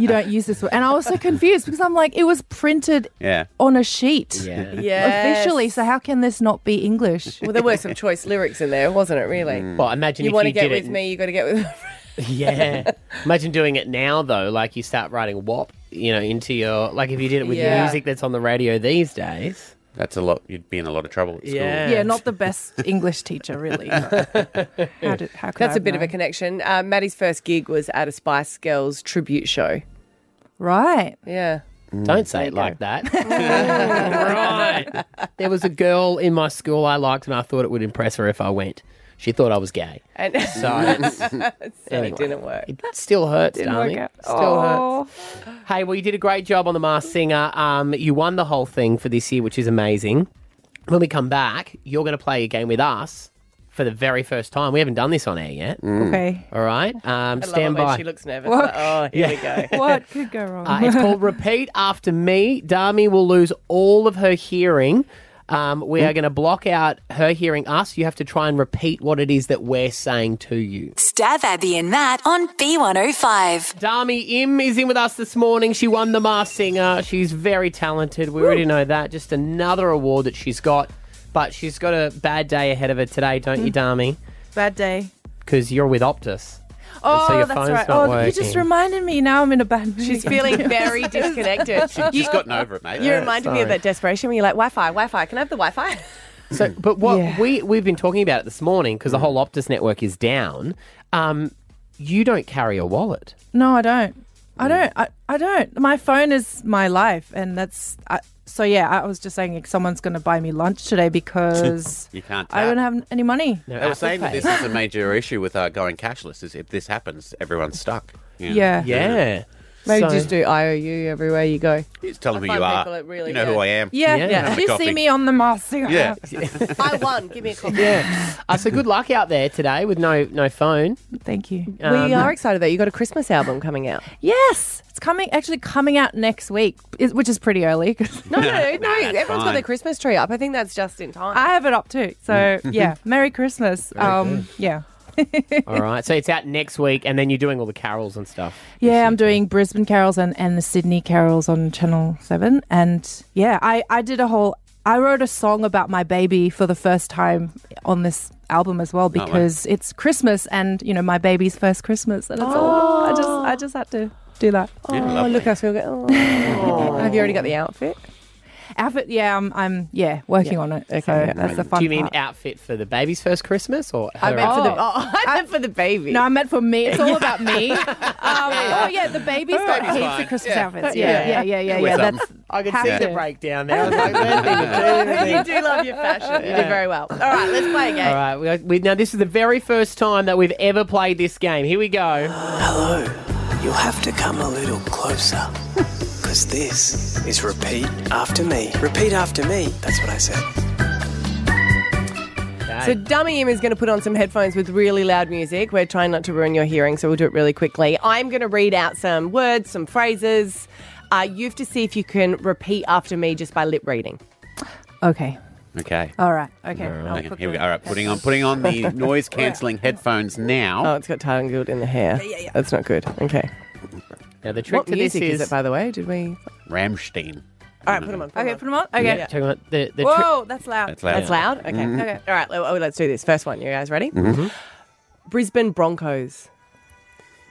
Speaker 9: you don't use this word. And I was so confused because I'm like, it was printed
Speaker 2: Yeah.
Speaker 9: on a sheet.
Speaker 2: Yeah.
Speaker 3: Yes.
Speaker 9: Officially. So how can this not be English?
Speaker 3: Well, there were some choice lyrics in there, wasn't it? Really.
Speaker 1: Mm. Well, imagine
Speaker 3: you
Speaker 1: if
Speaker 3: want to
Speaker 1: you
Speaker 3: get
Speaker 1: did it
Speaker 3: with me, you got to get with.
Speaker 1: Yeah. Imagine doing it now though. Like you start writing WAP, you know, into your like if you did it with
Speaker 9: Yeah.
Speaker 1: music that's on the radio these days.
Speaker 2: That's a lot. You'd be in a lot of trouble at school.
Speaker 1: Yeah.
Speaker 9: Yeah, not the best English teacher,
Speaker 3: *laughs*
Speaker 9: really. how did, how could I
Speaker 3: That's a
Speaker 9: have
Speaker 3: bit of a
Speaker 9: known?
Speaker 3: connection. Uh, Maddie's first gig was at a Spice Girls tribute show.
Speaker 9: Right.
Speaker 3: Yeah.
Speaker 1: Mm. Don't say it like that.
Speaker 9: *laughs*
Speaker 1: right. There was a girl in my school I liked and I thought it would impress her if I went. She thought I was gay.
Speaker 3: And *laughs*
Speaker 1: So it's-
Speaker 3: and
Speaker 1: anyway.
Speaker 3: it didn't work. It
Speaker 1: Still hurts,
Speaker 3: Didn't work
Speaker 1: darling.
Speaker 3: out.
Speaker 1: Still
Speaker 3: Aw.
Speaker 1: hurts. Hey, well, you did a great job on The Masked Singer. Um, you won the whole thing for this year, which is amazing. When we come back, you're going to play a game with us for the very first time. We haven't done this on air yet.
Speaker 9: Okay.
Speaker 1: All right. Um,
Speaker 3: Mm. I love
Speaker 1: stand
Speaker 3: it when
Speaker 1: by.
Speaker 3: She looks nervous. Like, oh, here
Speaker 1: Yeah. *laughs*
Speaker 3: we
Speaker 9: *laughs*
Speaker 3: go.
Speaker 9: What could go wrong?
Speaker 1: Uh, it's
Speaker 9: *laughs*
Speaker 1: called Repeat After Me. Dami will lose all of her hearing. Um, we
Speaker 3: Mm.
Speaker 1: are going to block out her hearing us. You have to try and repeat what it is that we're saying to you.
Speaker 4: Stab Abby and Matt on B105.
Speaker 1: Dami Im is in with us this morning. She won the Masked Singer. She's very talented. We already know that. Just another award that she's got. But she's got a bad day ahead of her today, don't you,
Speaker 3: Mm.
Speaker 1: Dami?
Speaker 9: Bad day.
Speaker 1: Because you're with Optus.
Speaker 9: Oh,
Speaker 1: And so your
Speaker 9: that's
Speaker 1: phone's
Speaker 9: right.
Speaker 1: not
Speaker 9: Oh, you just
Speaker 1: working.
Speaker 9: reminded me. Now I'm in a bad mood.
Speaker 3: She's
Speaker 9: *laughs*
Speaker 3: feeling very disconnected.
Speaker 9: She's
Speaker 3: You-
Speaker 2: She's gotten over it, mate.
Speaker 3: You reminded me of
Speaker 1: sorry.
Speaker 3: that desperation when you're like, Wi-Fi, Wi-Fi. Can I have
Speaker 9: *laughs*
Speaker 3: the Wi-Fi?
Speaker 1: So, but what we we've been talking about it this morning
Speaker 3: Mm.
Speaker 1: because the whole Optus network is down. Um, you don't carry a wallet.
Speaker 9: No, I don't.
Speaker 2: Mm.
Speaker 9: I don't. I, I don't. My phone is my life, and that's I, so. Yeah, I was just saying, like, someone's going to buy me lunch
Speaker 2: *laughs*
Speaker 9: today because
Speaker 2: You can't
Speaker 9: I
Speaker 2: tap.
Speaker 9: don't have any money.
Speaker 2: I was saying that this is a major issue with uh, going cashless. Is if this happens, everyone's stuck. you know?
Speaker 9: Yeah.
Speaker 1: Yeah.
Speaker 3: *laughs* Maybe
Speaker 2: So-
Speaker 3: just do IOU everywhere you go.
Speaker 2: Just tell them
Speaker 9: *laughs*
Speaker 2: who
Speaker 3: I
Speaker 2: you
Speaker 3: find
Speaker 2: are.
Speaker 3: people it really-
Speaker 2: you know who
Speaker 3: yeah.
Speaker 2: I am.
Speaker 9: Yeah, yeah.
Speaker 2: Have a
Speaker 9: You
Speaker 2: coffee.
Speaker 9: see me on the mask. *laughs*
Speaker 2: Yeah.
Speaker 3: *laughs* I won. Give me a copy.
Speaker 1: Yeah. Uh, so good luck out there today with no no phone.
Speaker 9: Thank you.
Speaker 1: Um,
Speaker 3: we are excited though. You got a Christmas album coming out.
Speaker 9: Yes, it's coming. Actually, coming out next week, is- which is pretty early. *laughs*
Speaker 2: *laughs*
Speaker 3: No, no, no, no.
Speaker 9: that's
Speaker 3: Everyone's got
Speaker 9: fine.
Speaker 3: their Christmas tree up. I think that's just in time.
Speaker 9: I have it up too.
Speaker 2: *laughs*
Speaker 9: So
Speaker 1: Mm.
Speaker 9: yeah, Merry Christmas. Um, yeah.
Speaker 1: All right. So it's out next week, and then you're doing all the carols and stuff.
Speaker 9: Yeah, I'm doing Brisbane carols and, and the Sydney carols on Channel 7. And yeah, I, I did a whole, I wrote a song about my baby for the first time on this album as well
Speaker 13: wow.
Speaker 9: because it's Christmas and, you know, my baby's first Christmas. And it's all, Oh. I just, I just had to do that.
Speaker 3: Yeah, Oh, lovely. look, I feel good. Have you already got the outfit?
Speaker 9: Outfit, yeah, I'm, I'm yeah, working on it. Okay, so that's the fun
Speaker 1: Do you mean
Speaker 9: part.
Speaker 1: outfit for the baby's first Christmas or?
Speaker 9: I
Speaker 1: her
Speaker 9: meant for the-
Speaker 1: *laughs* outfit?
Speaker 9: oh,
Speaker 3: I meant for the baby.
Speaker 9: No, I meant for me. It's all about me. Um, oh yeah, the baby's got
Speaker 1: Baby's
Speaker 9: heaps
Speaker 1: fine.
Speaker 9: of Christmas
Speaker 1: Yeah.
Speaker 9: outfits.
Speaker 1: Yeah.
Speaker 9: Yeah, yeah, yeah, yeah, yeah. That's
Speaker 1: I could
Speaker 9: have
Speaker 1: see the
Speaker 9: to.
Speaker 1: breakdown there. I was like, "Where
Speaker 9: *laughs*
Speaker 1: did the baby
Speaker 3: *laughs* you do love your fashion. You
Speaker 1: Yeah.
Speaker 3: did very well.
Speaker 9: Oh,
Speaker 3: All right, let's play a game.
Speaker 1: All right. We, we, now, this is the very first time that we've ever played this game. Here we go.
Speaker 9: *gasps*
Speaker 1: Hello.
Speaker 10: You'll have to come a little closer. *laughs* Because this is repeat after me. Repeat after me. That's what I said.
Speaker 3: So Dummy Im is going to put on some headphones with really loud music. We're trying not to ruin your hearing, so we'll do it really quickly. I'm going to read out some words, some phrases. Uh, you have to see if you can repeat after me just by lip reading.
Speaker 9: Okay.
Speaker 2: Okay.
Speaker 9: All right. Okay.
Speaker 2: Okay, Here we go. All right. Putting on putting on
Speaker 1: *laughs*
Speaker 2: the noise cancelling headphones now.
Speaker 3: Oh, it's got tangled in the hair. Yeah, yeah, yeah. That's not good. Okay.
Speaker 1: Now the
Speaker 3: what music is, it, by the way? Did we?
Speaker 2: Ramstein.
Speaker 3: All right, put them on.
Speaker 9: Okay, put them on.
Speaker 1: Yeah,
Speaker 9: Okay.
Speaker 1: talking about the, the tri-
Speaker 9: Whoa, that's loud. Mm-hmm.
Speaker 1: That's loud.
Speaker 3: That's loud. Okay.
Speaker 1: Mhm.
Speaker 3: Okay. All right. well, Let's do this. First one. You guys ready? Mm-hmm.
Speaker 1: Mhm.
Speaker 3: Brisbane Broncos.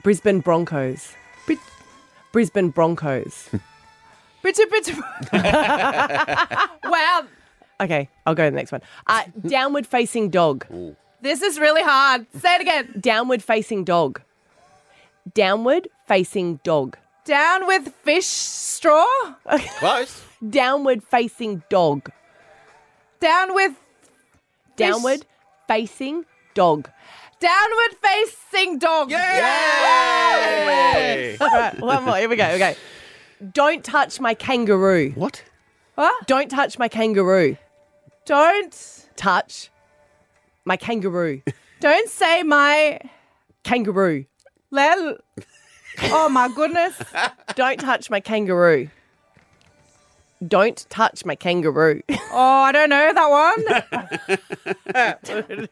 Speaker 3: Brisbane Broncos. Bri-
Speaker 1: *laughs*
Speaker 3: Brisbane Broncos.
Speaker 9: Bridget, Bridget. *laughs* wow,
Speaker 3: okay, I'll go to the next one. Uh, downward facing dog.
Speaker 9: this is really hard. Say it again.
Speaker 3: Downward facing dog. Downward facing dog.
Speaker 9: Down with fish
Speaker 3: *laughs*
Speaker 9: straw.
Speaker 2: Close.
Speaker 3: Downward facing dog.
Speaker 9: Down with.
Speaker 3: Downward facing dog.
Speaker 9: Downward facing dog.
Speaker 3: Yay! All right, one more. Here we go. Okay. Don't touch my kangaroo.
Speaker 2: What?
Speaker 3: What? Don't touch my kangaroo. Don't touch my kangaroo.
Speaker 9: Don't say my
Speaker 3: kangaroo.
Speaker 9: Lel. Oh my goodness.
Speaker 3: Don't touch my kangaroo. Don't touch my kangaroo. *laughs*
Speaker 9: Oh, I don't know that
Speaker 1: *laughs*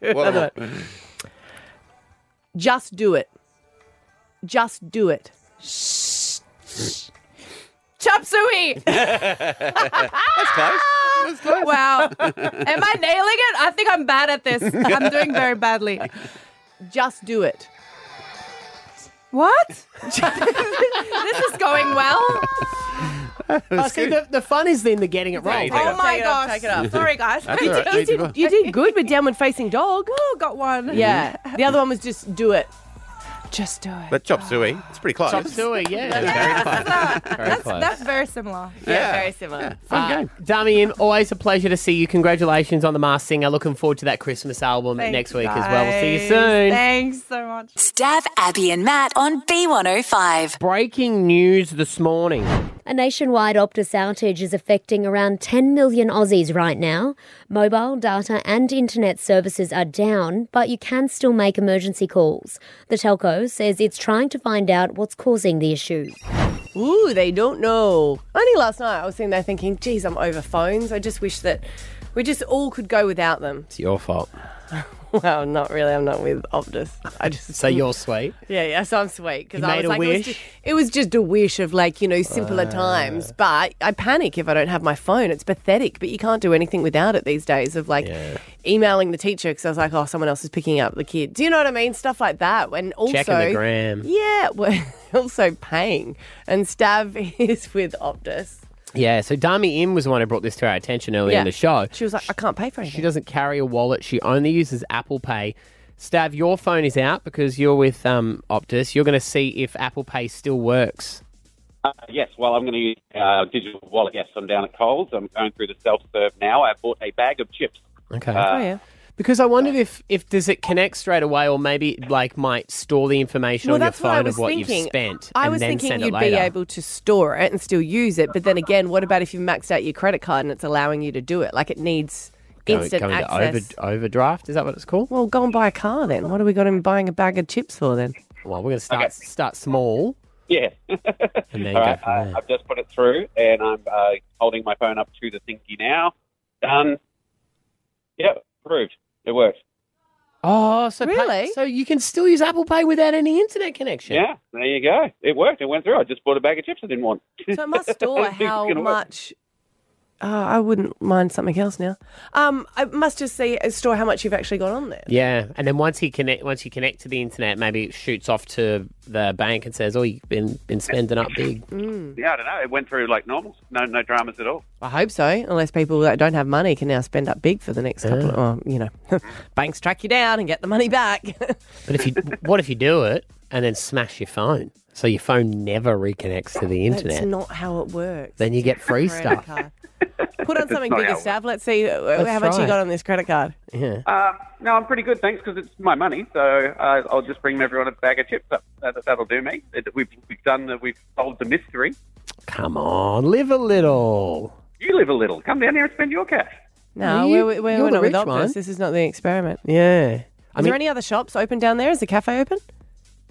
Speaker 9: one. *laughs*
Speaker 3: Another one. Just do it. Just do it.
Speaker 9: Chop suey.
Speaker 2: That's close.
Speaker 9: *laughs* Wow. Am I nailing it? I think I'm bad at this. *laughs*
Speaker 2: *laughs*
Speaker 9: I'm doing very badly.
Speaker 3: Just do it.
Speaker 9: What? this is going well.
Speaker 1: Oh, see, the, the fun is then the getting it wrong.
Speaker 9: Oh my gosh. Sorry, guys.
Speaker 1: That's all right.
Speaker 3: You
Speaker 9: *laughs*
Speaker 3: did, you did good with downward facing dog.
Speaker 9: Oh, got one.
Speaker 3: Yeah. The other one was just do it.
Speaker 9: Just do it.
Speaker 2: But chop suey, it's pretty close.
Speaker 1: Chop suey, yeah.
Speaker 2: Very
Speaker 9: That's,
Speaker 2: close.
Speaker 9: that's very similar.
Speaker 2: Yeah, Yeah. very
Speaker 9: similar.
Speaker 1: Fun game. Uh, Damien, always a pleasure to see you. Congratulations on The Masked Singer. Looking forward to that Christmas album
Speaker 9: Thank
Speaker 1: next
Speaker 9: you,
Speaker 1: week as well. We'll see you
Speaker 9: guys.
Speaker 1: soon.
Speaker 9: Thanks so much.
Speaker 4: Stab Abby and Matt on B105.
Speaker 1: Breaking news this morning.
Speaker 13: A nationwide Optus outage is affecting around 10 million Aussies right now. Mobile, data, and internet services are down, but you can still make emergency calls. The telco says it's trying to find out what's causing the issue.
Speaker 3: Ooh, they don't know. Only last night I was sitting there thinking, geez, I'm over phones. I just wish that we just all could go without them.
Speaker 1: It's your
Speaker 9: *laughs*
Speaker 1: fault.
Speaker 3: Well, not really. I'm not with Optus. I just
Speaker 1: so you're sweet.
Speaker 3: Yeah, yeah, so I'm sweet because
Speaker 1: You
Speaker 3: I
Speaker 1: made
Speaker 3: was
Speaker 1: a
Speaker 3: like, It, was
Speaker 1: wish? Ah.
Speaker 3: just, it was just a wish of like you know simpler times. But I panic if I don't have my phone. It's pathetic, but you can't do anything without it these days. Of like emailing the teacher because I was like, oh, someone else is picking up the kid. Do you know what I mean? Stuff like that. And also
Speaker 1: Checking the gram.
Speaker 3: Yeah, *laughs* well, also paying. And Stav *laughs* is with Optus.
Speaker 1: Yeah, so Dami Im was the one who brought this to our attention earlier
Speaker 3: Yeah.
Speaker 1: in the show.
Speaker 3: She was like, I can't pay for anything.
Speaker 1: She doesn't carry a wallet. She only uses Apple Pay. Stav, your phone is out because you're with um, Optus. You're going to see if Apple Pay still works.
Speaker 14: Uh, yes, well, I'm going to use uh, digital wallet. Yes, I'm down at Coles. I'm going through the self serve now. I bought a bag of chips.
Speaker 1: Okay.
Speaker 14: Uh, Oh, yeah.
Speaker 1: Because I wondered if, if does it connect straight away, or maybe it, like might store the information on your phone of what you've spent.
Speaker 3: I
Speaker 1: and
Speaker 3: was
Speaker 1: then
Speaker 3: thinking
Speaker 1: send it
Speaker 3: you'd be
Speaker 1: later.
Speaker 3: able to store it and still use it, but then again, what about if you've maxed out your credit card and it's allowing you to do it? Like it needs
Speaker 1: Go-
Speaker 3: instant
Speaker 1: go into
Speaker 3: access.
Speaker 1: over, overdraft. Is that what it's called?
Speaker 3: Well, go and buy a car then. What have we got him buying a bag of chips for then?
Speaker 1: Well, we're going to start start small.
Speaker 14: Yeah. *laughs*
Speaker 1: And then
Speaker 14: All
Speaker 1: go
Speaker 14: right,
Speaker 1: from there.
Speaker 14: I, I've just put it through, and I'm uh, holding my phone up to the thingy now. Done. Yep, approved. It worked.
Speaker 1: Oh, so really? so you can still use Apple Pay without any internet connection.
Speaker 14: Yeah, there you go. It worked. It went through. I just bought a bag of chips I didn't want.
Speaker 3: So it must
Speaker 14: *laughs*
Speaker 3: store
Speaker 14: It's
Speaker 3: how
Speaker 14: gonna work.
Speaker 3: much.
Speaker 9: Uh,
Speaker 3: Oh, I wouldn't mind something else now. Um, I must just see uh, store how much you've actually got on there.
Speaker 1: Yeah, and then once he connect, once you connect to the internet, maybe it shoots off to the bank and says, "Oh, you've been been spending up big."
Speaker 14: Yeah, I don't know. It went through like normal. No, no dramas at all.
Speaker 3: I hope so, unless people that don't have money can now spend up big for the next couple. of, well, you know, *laughs* banks track you down and get the money back. *laughs*
Speaker 1: But if you, *laughs* what if you do it and then smash your phone, so your phone never reconnects to the
Speaker 3: That's
Speaker 1: internet?
Speaker 3: not how it works.
Speaker 1: Then you get free
Speaker 3: Credit
Speaker 14: *laughs*
Speaker 1: stuff.
Speaker 3: card. Put on something
Speaker 14: not
Speaker 3: bigger,
Speaker 14: how it
Speaker 3: Stav. Let's see uh, how much you
Speaker 1: right.
Speaker 3: got on this credit card.
Speaker 1: Yeah.
Speaker 14: Uh, no, I'm pretty good, thanks, because it's my money. So uh, I'll just bring everyone a bag of chips. Up. That, that'll do me. It, we've, we've done. The, we've solved the mystery.
Speaker 1: Come on, live a little.
Speaker 14: You live a little. Come down here and spend your cash.
Speaker 3: No,
Speaker 1: No, you-
Speaker 3: we're, we're,
Speaker 1: you're the
Speaker 3: we're not with
Speaker 1: rich
Speaker 3: Optus.
Speaker 1: one.
Speaker 3: This is not the experiment. Is
Speaker 1: Yeah. I mean,
Speaker 3: there any other shops open down there? Is the cafe open?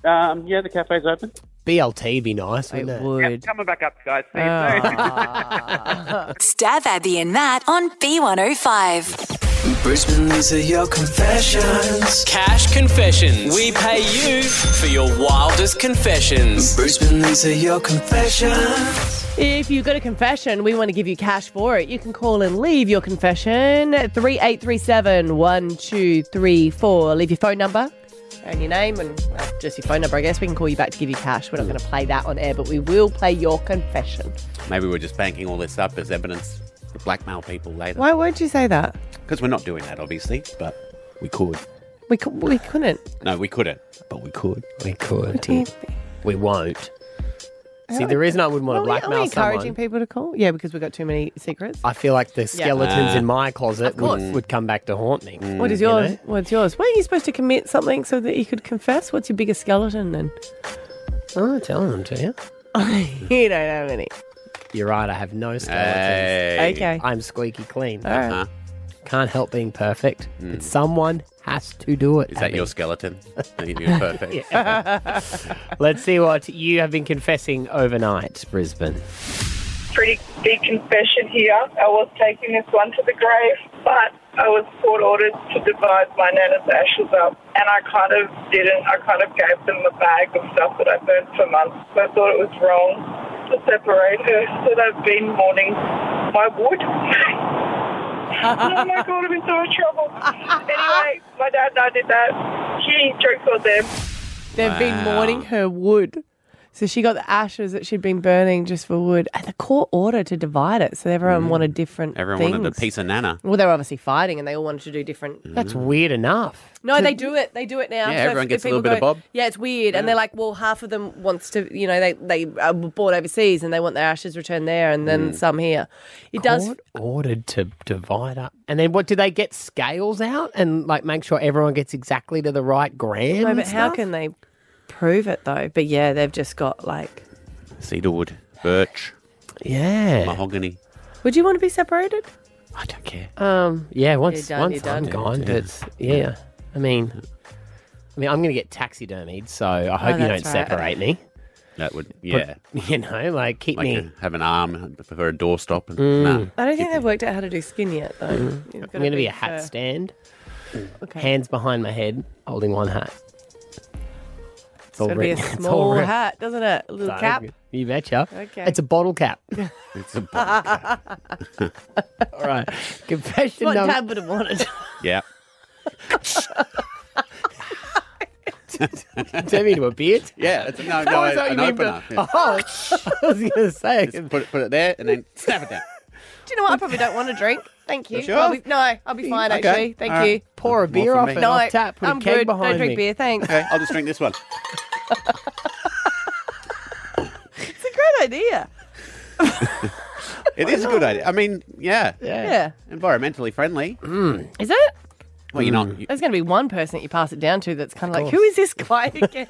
Speaker 14: Um, yeah, the cafe's open.
Speaker 1: BLT be nice, wouldn't it?
Speaker 14: Yep, coming back up, guys. See you
Speaker 3: Ah.
Speaker 14: soon.
Speaker 4: *laughs* Stab Abby and Matt on B105.
Speaker 10: Brisbane, these are your confessions.
Speaker 15: Cash confessions. We pay you for your wildest confessions.
Speaker 10: Brisbane, these are your confessions.
Speaker 3: If you've got a confession, we want to give you cash for it. You can call and leave your confession at 3837 1234. Leave your phone number and your name and uh, just your phone number, I guess. We can call you back to give you cash. We're not going to play that on air, but we will play your confession.
Speaker 2: Maybe we're just banking all this up as evidence to blackmail people later.
Speaker 3: Why won't you say that?
Speaker 2: Because we're not doing that, obviously, but we could.
Speaker 3: We, cou- we couldn't.
Speaker 2: No, we couldn't, but we could.
Speaker 1: We could. we won't. See, the reason I wouldn't want to
Speaker 3: Are we
Speaker 1: blackmail
Speaker 3: encouraging
Speaker 1: someone,
Speaker 3: people to call? Yeah, because we've got too many secrets.
Speaker 1: I feel like the skeletons
Speaker 3: Nah.
Speaker 2: Ah.
Speaker 1: in my closet
Speaker 3: course. Mm.
Speaker 1: would, would come back to haunt me.
Speaker 3: What is
Speaker 1: Mm, you
Speaker 3: yours?
Speaker 1: know?
Speaker 3: What's yours? Weren't you supposed to commit something so that you could confess? What's your biggest
Speaker 1: *laughs*
Speaker 3: skeleton then?
Speaker 1: Oh, tell them to you.
Speaker 3: you don't have any.
Speaker 1: You're right. I have no skeletons.
Speaker 3: Hey. Okay.
Speaker 1: I'm squeaky clean.
Speaker 3: All right. Uh-huh.
Speaker 1: Can't help being perfect. But someone has to do it.
Speaker 2: Mm. Is that your skeleton? You're
Speaker 1: *laughs*
Speaker 2: perfect.
Speaker 1: Let's see what you have been confessing overnight, Brisbane.
Speaker 16: pretty big confession here. I was taking this one to the grave, but I was court ordered to divide my nana's ashes up, and I kind of didn't. I kind of gave them a bag of stuff that I burnt for months. I thought it was wrong to separate her, that I've been mourning my wood. *laughs* oh my god, I'm in so much trouble. Anyway, my dad and I did that. She jokes on them.
Speaker 3: They've been mourning her wood. So she got the ashes that she'd been burning just for wood, and the court order to divide it. So
Speaker 1: Mm.
Speaker 3: everyone wanted different.
Speaker 2: Everyone wanted
Speaker 3: things.
Speaker 2: a piece of nana. Mm.
Speaker 3: Well, they were obviously fighting, and they all wanted to do different.
Speaker 1: That's weird enough.
Speaker 3: No, they do it. They do it now.
Speaker 2: Yeah,
Speaker 3: if
Speaker 2: everyone gets a
Speaker 3: people
Speaker 2: little bit of
Speaker 3: go-
Speaker 2: bob.
Speaker 3: Yeah, it's weird, and they're like, well, half of them wants to, you know, they they are born overseas and they want their ashes returned there, and then
Speaker 1: Mm.
Speaker 3: some here. It does.
Speaker 1: Ordered to divide up. And then what do they get scales out and like make sure everyone gets exactly to the right gram?
Speaker 3: No,
Speaker 1: and
Speaker 3: but how
Speaker 1: stuff?
Speaker 3: can they prove it though? But yeah, they've just got like.
Speaker 2: Cedarwood, birch.
Speaker 1: Yeah.
Speaker 2: Mahogany.
Speaker 3: Would you want to be separated?
Speaker 1: Um, yeah, once
Speaker 3: done,
Speaker 1: once
Speaker 3: you're done.
Speaker 1: I'm gone,
Speaker 2: Yeah.
Speaker 1: it's yeah. I mean, oh, I mean, I'm gonna get taxidermied, so
Speaker 3: Oh,
Speaker 1: I hope you don't
Speaker 2: that's right.
Speaker 1: separate me.
Speaker 2: That would,
Speaker 1: Put-
Speaker 2: yeah.
Speaker 1: *laughs* you know, like keep
Speaker 2: like
Speaker 1: me.
Speaker 2: a- have an arm for a doorstop. And,
Speaker 1: Mm.
Speaker 2: nah.
Speaker 3: I don't think they've worked out how to do skin yet though.
Speaker 1: Mm.
Speaker 3: You've
Speaker 1: I'm
Speaker 3: got
Speaker 1: gonna be a
Speaker 3: big,
Speaker 1: hat
Speaker 3: uh, *laughs*
Speaker 1: stand,
Speaker 3: Okay.
Speaker 1: hands behind my head, holding one hat. It's all
Speaker 3: It's gotta be a
Speaker 1: written- *laughs* it's all
Speaker 3: small
Speaker 1: written.
Speaker 3: hat, doesn't it? A little
Speaker 1: So,
Speaker 3: cap.
Speaker 1: You betcha.
Speaker 3: Okay.
Speaker 1: It's a bottle
Speaker 3: *laughs*
Speaker 1: cap.
Speaker 2: *laughs* it's a
Speaker 1: *laughs* all
Speaker 3: *laughs*
Speaker 1: right. Confession
Speaker 3: What
Speaker 1: number.
Speaker 3: Dad would
Speaker 1: *laughs*
Speaker 3: have wanted.
Speaker 2: Yeah.
Speaker 1: Turn me into a beard?
Speaker 2: Yeah, it's, no,
Speaker 1: That
Speaker 2: no,
Speaker 1: was what
Speaker 2: an
Speaker 1: you mean,
Speaker 2: opener.
Speaker 1: but- Oh, *laughs* *laughs* I was going to say.
Speaker 2: Just put it, put it there and then snap it down.
Speaker 3: Do you know what? I probably don't want to drink. Thank you.
Speaker 2: Sure.
Speaker 3: I'll be- no, I'll be *laughs* fine
Speaker 2: Okay.
Speaker 3: actually. Thank
Speaker 2: All right.
Speaker 3: you.
Speaker 1: Pour
Speaker 2: More
Speaker 1: a
Speaker 2: beer from off me. it,
Speaker 3: No,
Speaker 2: off tap, put a
Speaker 3: I'm
Speaker 2: keg
Speaker 3: good.
Speaker 2: behind
Speaker 3: don't drink
Speaker 2: me.
Speaker 3: beer, thanks.
Speaker 2: Okay, I'll just drink this one.
Speaker 3: It's a great idea.
Speaker 2: *laughs* It is a good idea. I mean, yeah.
Speaker 3: Yeah.
Speaker 2: Environmentally friendly.
Speaker 1: Mm.
Speaker 3: Is it?
Speaker 2: Well, you're not.
Speaker 3: There's going to be one person that you pass it down to that's kind of,
Speaker 2: Of
Speaker 3: like,
Speaker 2: course.
Speaker 3: who is this guy
Speaker 2: *laughs*
Speaker 3: again?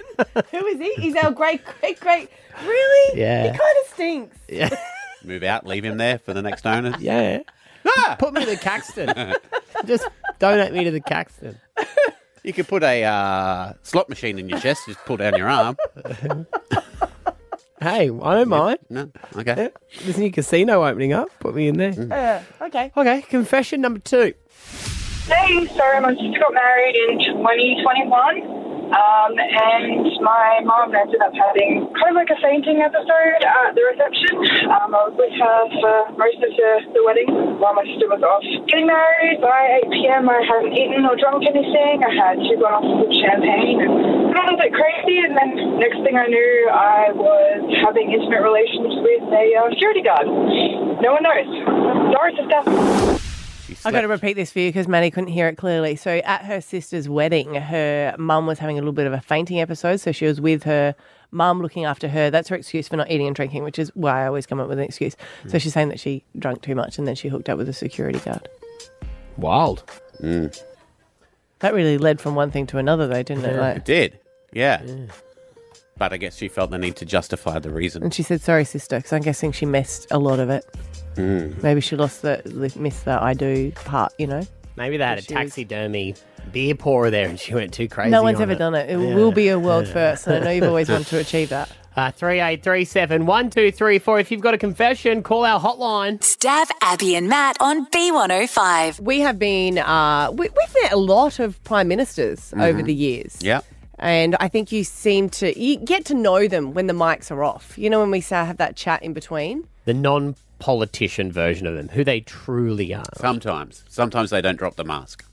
Speaker 3: who is he? He's our great, great, great. Really?
Speaker 2: Yeah.
Speaker 3: He kind of stinks.
Speaker 1: Yeah.
Speaker 2: *laughs* Move out, leave him there for the next owner.
Speaker 1: *laughs*
Speaker 2: Ah!
Speaker 1: Yeah. Put me to Caxton. Just donate me to the Caxton.
Speaker 2: *laughs* You could put a uh, slot machine in your chest, just pull down your arm. *laughs*
Speaker 1: Hey, I don't mind.
Speaker 2: No, okay.
Speaker 1: This new casino opening up. Put me in there.
Speaker 2: Mm.
Speaker 16: Uh, okay.
Speaker 1: Okay, confession number two.
Speaker 16: Hey, so I just got married in 2021. Um, and my mum ended up having kind of like a fainting episode at the reception. Um, I was with her for most of the, the wedding while my sister was off getting married. By 8 pm, I hadn't eaten or drunk anything. I had two glasses of champagne and got a little bit crazy. And then next thing I knew, I was having intimate relations with a uh, security guard. No one knows. Doris is deaf.
Speaker 3: I've got to repeat this for you because Maddie couldn't hear it clearly. So, at her sister's wedding, her mum was having a little bit of a fainting episode. So, she was with her mum looking after her. That's her excuse for not eating and drinking, which is why I always come up with an excuse.
Speaker 1: Mm.
Speaker 3: So, she's saying that she drank too much and then she hooked up with a security guard.
Speaker 1: Wild.
Speaker 2: Mm.
Speaker 3: That really led from one thing to another, though, didn't it? Like,
Speaker 2: It did. Yeah. But I guess she felt the need to justify the reason.
Speaker 3: and she said, "Sorry, sister," because I'm guessing she missed a lot of it.
Speaker 2: Mm.
Speaker 3: Maybe she lost the li- missed the "I do" part. You know,
Speaker 1: Maybe they had a
Speaker 3: She was-
Speaker 1: taxidermy beer pourer there and she went too crazy.
Speaker 3: no one's
Speaker 1: on
Speaker 3: ever done it. It will be a world
Speaker 1: Yeah.
Speaker 3: first, and I know you've always
Speaker 1: *laughs*
Speaker 3: wanted to achieve that.
Speaker 1: Uh, 3837 1234. If you've got a confession, call our hotline.
Speaker 4: Stab Abby and Matt on B105.
Speaker 3: We have been, uh, we, we've met a lot of prime ministers over the years.
Speaker 2: Yeah.
Speaker 3: And I think you seem to you get to know them when the mics are off. You know, when we say have that chat in between.
Speaker 1: The non politician version of them, who they truly are.
Speaker 2: Sometimes. Sometimes they don't drop the mask.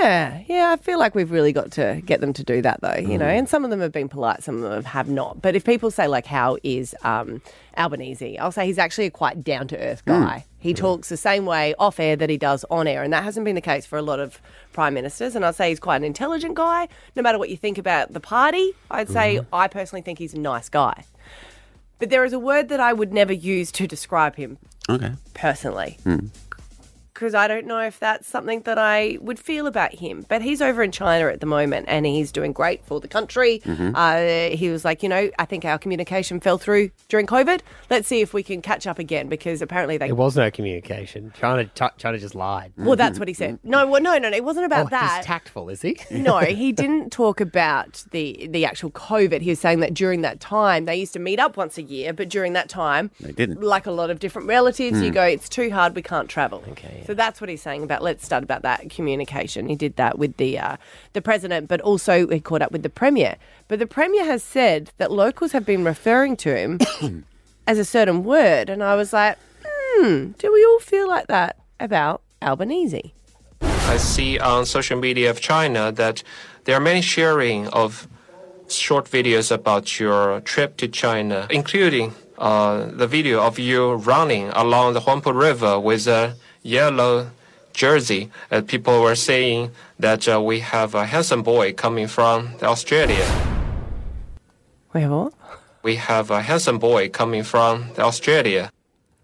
Speaker 3: Yeah, yeah. I feel like we've really got to get them to do that, though. You know, and some of them have been polite, some of them have not. But if people say like, "How is um, Albanese?" I'll say he's actually a quite down to earth guy. He talks the same way off air that he does on air, and that hasn't been the case for a lot of prime ministers. And I'd say he's quite an intelligent guy. No matter what you think about the party, I'd say I personally think he's a nice guy. But there is a word that I would never use to describe him
Speaker 2: Okay.
Speaker 3: personally.
Speaker 2: Hmm.
Speaker 3: because I don't know if that's something that I would feel about him. But he's over in China at the moment and he's doing great for the country.
Speaker 17: Mhm.
Speaker 1: Mm-hmm.
Speaker 3: Uh, he was like, you know, I think our communication fell through during COVID. Let's see if we can catch up again because apparently they.
Speaker 1: It was no communication. China, Ch- China just lied. Mm-hmm.
Speaker 3: Well, that's what he said. No, well, no, no, no. It wasn't about
Speaker 1: Oh,
Speaker 3: that.
Speaker 1: He's tactful, is he?
Speaker 3: *laughs* no, he didn't talk about the the actual COVID. He was saying that during that time they used to meet up once a year, but during that time
Speaker 2: They didn't.
Speaker 3: Like a lot of different relatives, you
Speaker 2: Mm.
Speaker 3: go, it's too hard, we can't travel. Okay. So that's what he's saying about let's start about that communication. He did that with the uh, the president, but also he caught up with the premier. But the premier has said that locals have been referring to
Speaker 2: *coughs*
Speaker 3: him as a certain word, and I was like, hmm, do we all feel like that about Albanese?
Speaker 18: I see on social media of China that there are many sharing of short videos about your trip to China, including uh, the video of you running along the Huangpu River with a yellow jersey. And people were saying that uh, we have a handsome boy coming from Australia.
Speaker 3: Wait, what?
Speaker 18: We have a handsome boy coming from Australia.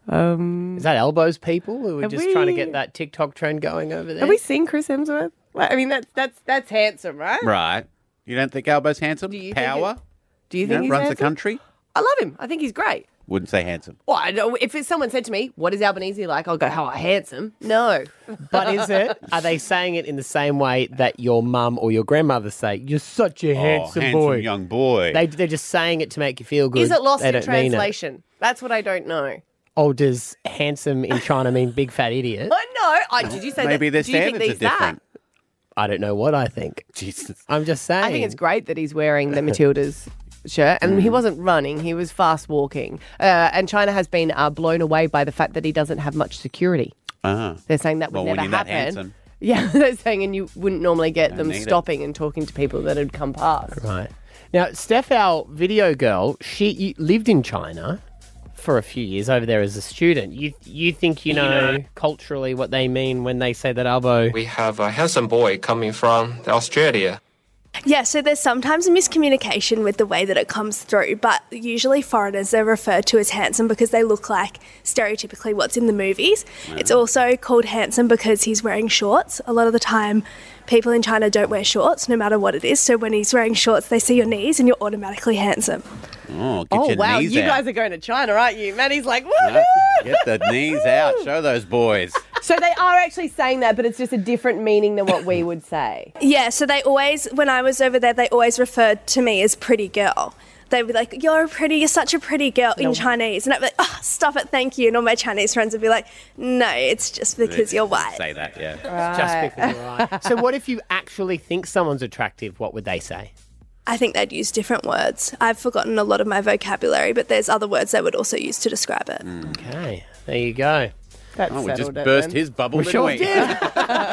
Speaker 3: Um,
Speaker 1: is that elbows people who are
Speaker 3: Have
Speaker 1: just trying to
Speaker 3: we-
Speaker 1: get that TikTok trend going over there?
Speaker 3: Have we seen Chris Hemsworth? Well, I mean, that's that's that's handsome, right?
Speaker 2: Right. You don't think Albo's handsome?
Speaker 3: you think
Speaker 2: Power?
Speaker 3: Do you think
Speaker 2: know,
Speaker 3: he's
Speaker 2: runs the
Speaker 3: handsome?
Speaker 2: country?
Speaker 3: I love him. I think he's great.
Speaker 2: Wouldn't say handsome.
Speaker 3: Well, I know, if it's- someone said to me, "What is Albanese like?" I'll go, "How handsome." *laughs* No,
Speaker 1: But is it? *laughs* Are they saying it in the same way that your mum or your grandmother say, "You're such a handsome,
Speaker 2: Oh, handsome
Speaker 1: boy,
Speaker 2: young boy"?
Speaker 1: They they're just saying it to make you feel good.
Speaker 3: Is it lost
Speaker 1: They
Speaker 3: in
Speaker 1: don't mean it.
Speaker 3: translation? That's what I don't know.
Speaker 1: Oh, does handsome in China mean big fat idiot?
Speaker 3: *laughs* Oh no! I did you say
Speaker 1: Maybe
Speaker 3: that?
Speaker 1: their
Speaker 3: Do you think
Speaker 1: standards are
Speaker 3: he's that?
Speaker 1: different. I don't know what I think. Jesus, I'm just saying.
Speaker 3: I think it's great that he's wearing the Matildas shirt, and he wasn't running; he was fast walking. Uh, and China has been uh, blown away by the fact that he doesn't have much security.
Speaker 1: Uh,
Speaker 2: Ah.
Speaker 3: They're saying that would
Speaker 2: well,
Speaker 3: never
Speaker 2: when you're
Speaker 3: happen.
Speaker 2: That handsome.
Speaker 3: *laughs* Yeah, they're saying, and you wouldn't normally get
Speaker 1: Don't
Speaker 3: them
Speaker 1: need it.
Speaker 3: stopping and talking to people that had come past.
Speaker 1: Right. Now, Steph, our video girl, she y- lived in China for a few years over there as a student. You you think you know culturally what they mean when they say that Albo?
Speaker 18: We have a handsome boy coming from Australia.
Speaker 19: Yeah, so there's sometimes a miscommunication with the way that it comes through, but usually foreigners are referred to as handsome because they look like stereotypically what's in the movies. It's also called handsome because he's wearing shorts. A lot of the time, people in China don't wear shorts no matter what it is. So when he's wearing shorts, they see your knees and you're automatically handsome.
Speaker 2: Oh, get
Speaker 3: Oh
Speaker 2: your
Speaker 3: wow,
Speaker 2: knees
Speaker 3: you
Speaker 2: out.
Speaker 3: guys are going to China, aren't you? Maddie's like, woohoo!
Speaker 2: No, get the knees out. Show those boys.
Speaker 3: So they are actually saying that, but it's just a different meaning than what we would say.
Speaker 19: Yeah, so they always, when I was over there, they always referred to me as pretty girl. They'd be like, "You're pretty. You're such a pretty girl" in
Speaker 3: No.
Speaker 19: Chinese, and I'd be like, "Oh, stop it, thank you." And all my Chinese friends would be like, "No, it's just because you're white."
Speaker 2: Say that, yeah.
Speaker 1: Just because you're right. so, what if you actually think someone's attractive? What would they say?
Speaker 19: I think they'd use different words. I've forgotten a lot of my vocabulary, but there's other words they would also use to describe it.
Speaker 2: Mm.
Speaker 1: Okay, there you go.
Speaker 3: That's
Speaker 2: Oh, we just burst his bubble.
Speaker 1: We
Speaker 2: didn't
Speaker 1: sure
Speaker 2: we?
Speaker 1: did.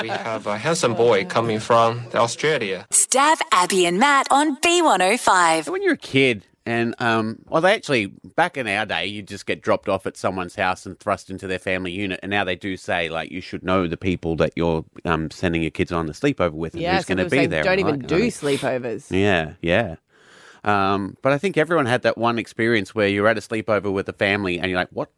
Speaker 18: we have a handsome boy coming from Australia.
Speaker 4: Stab Abby and Matt on B105.
Speaker 2: When you're a kid, and um, well, they actually back in our day, you just get dropped off at someone's house and thrust into their family unit. And now they do say like you should know the people that you're um sending your kids on the sleepover with and
Speaker 3: Yeah,
Speaker 2: who's
Speaker 3: some
Speaker 2: going to
Speaker 3: people
Speaker 2: be
Speaker 3: say,
Speaker 2: there.
Speaker 3: Don't
Speaker 2: and all
Speaker 3: even
Speaker 2: that
Speaker 3: do
Speaker 2: kind of
Speaker 3: sleepovers.
Speaker 2: Yeah, yeah. Um, but I think everyone had that one experience where you're at a sleepover with a family and you're like, what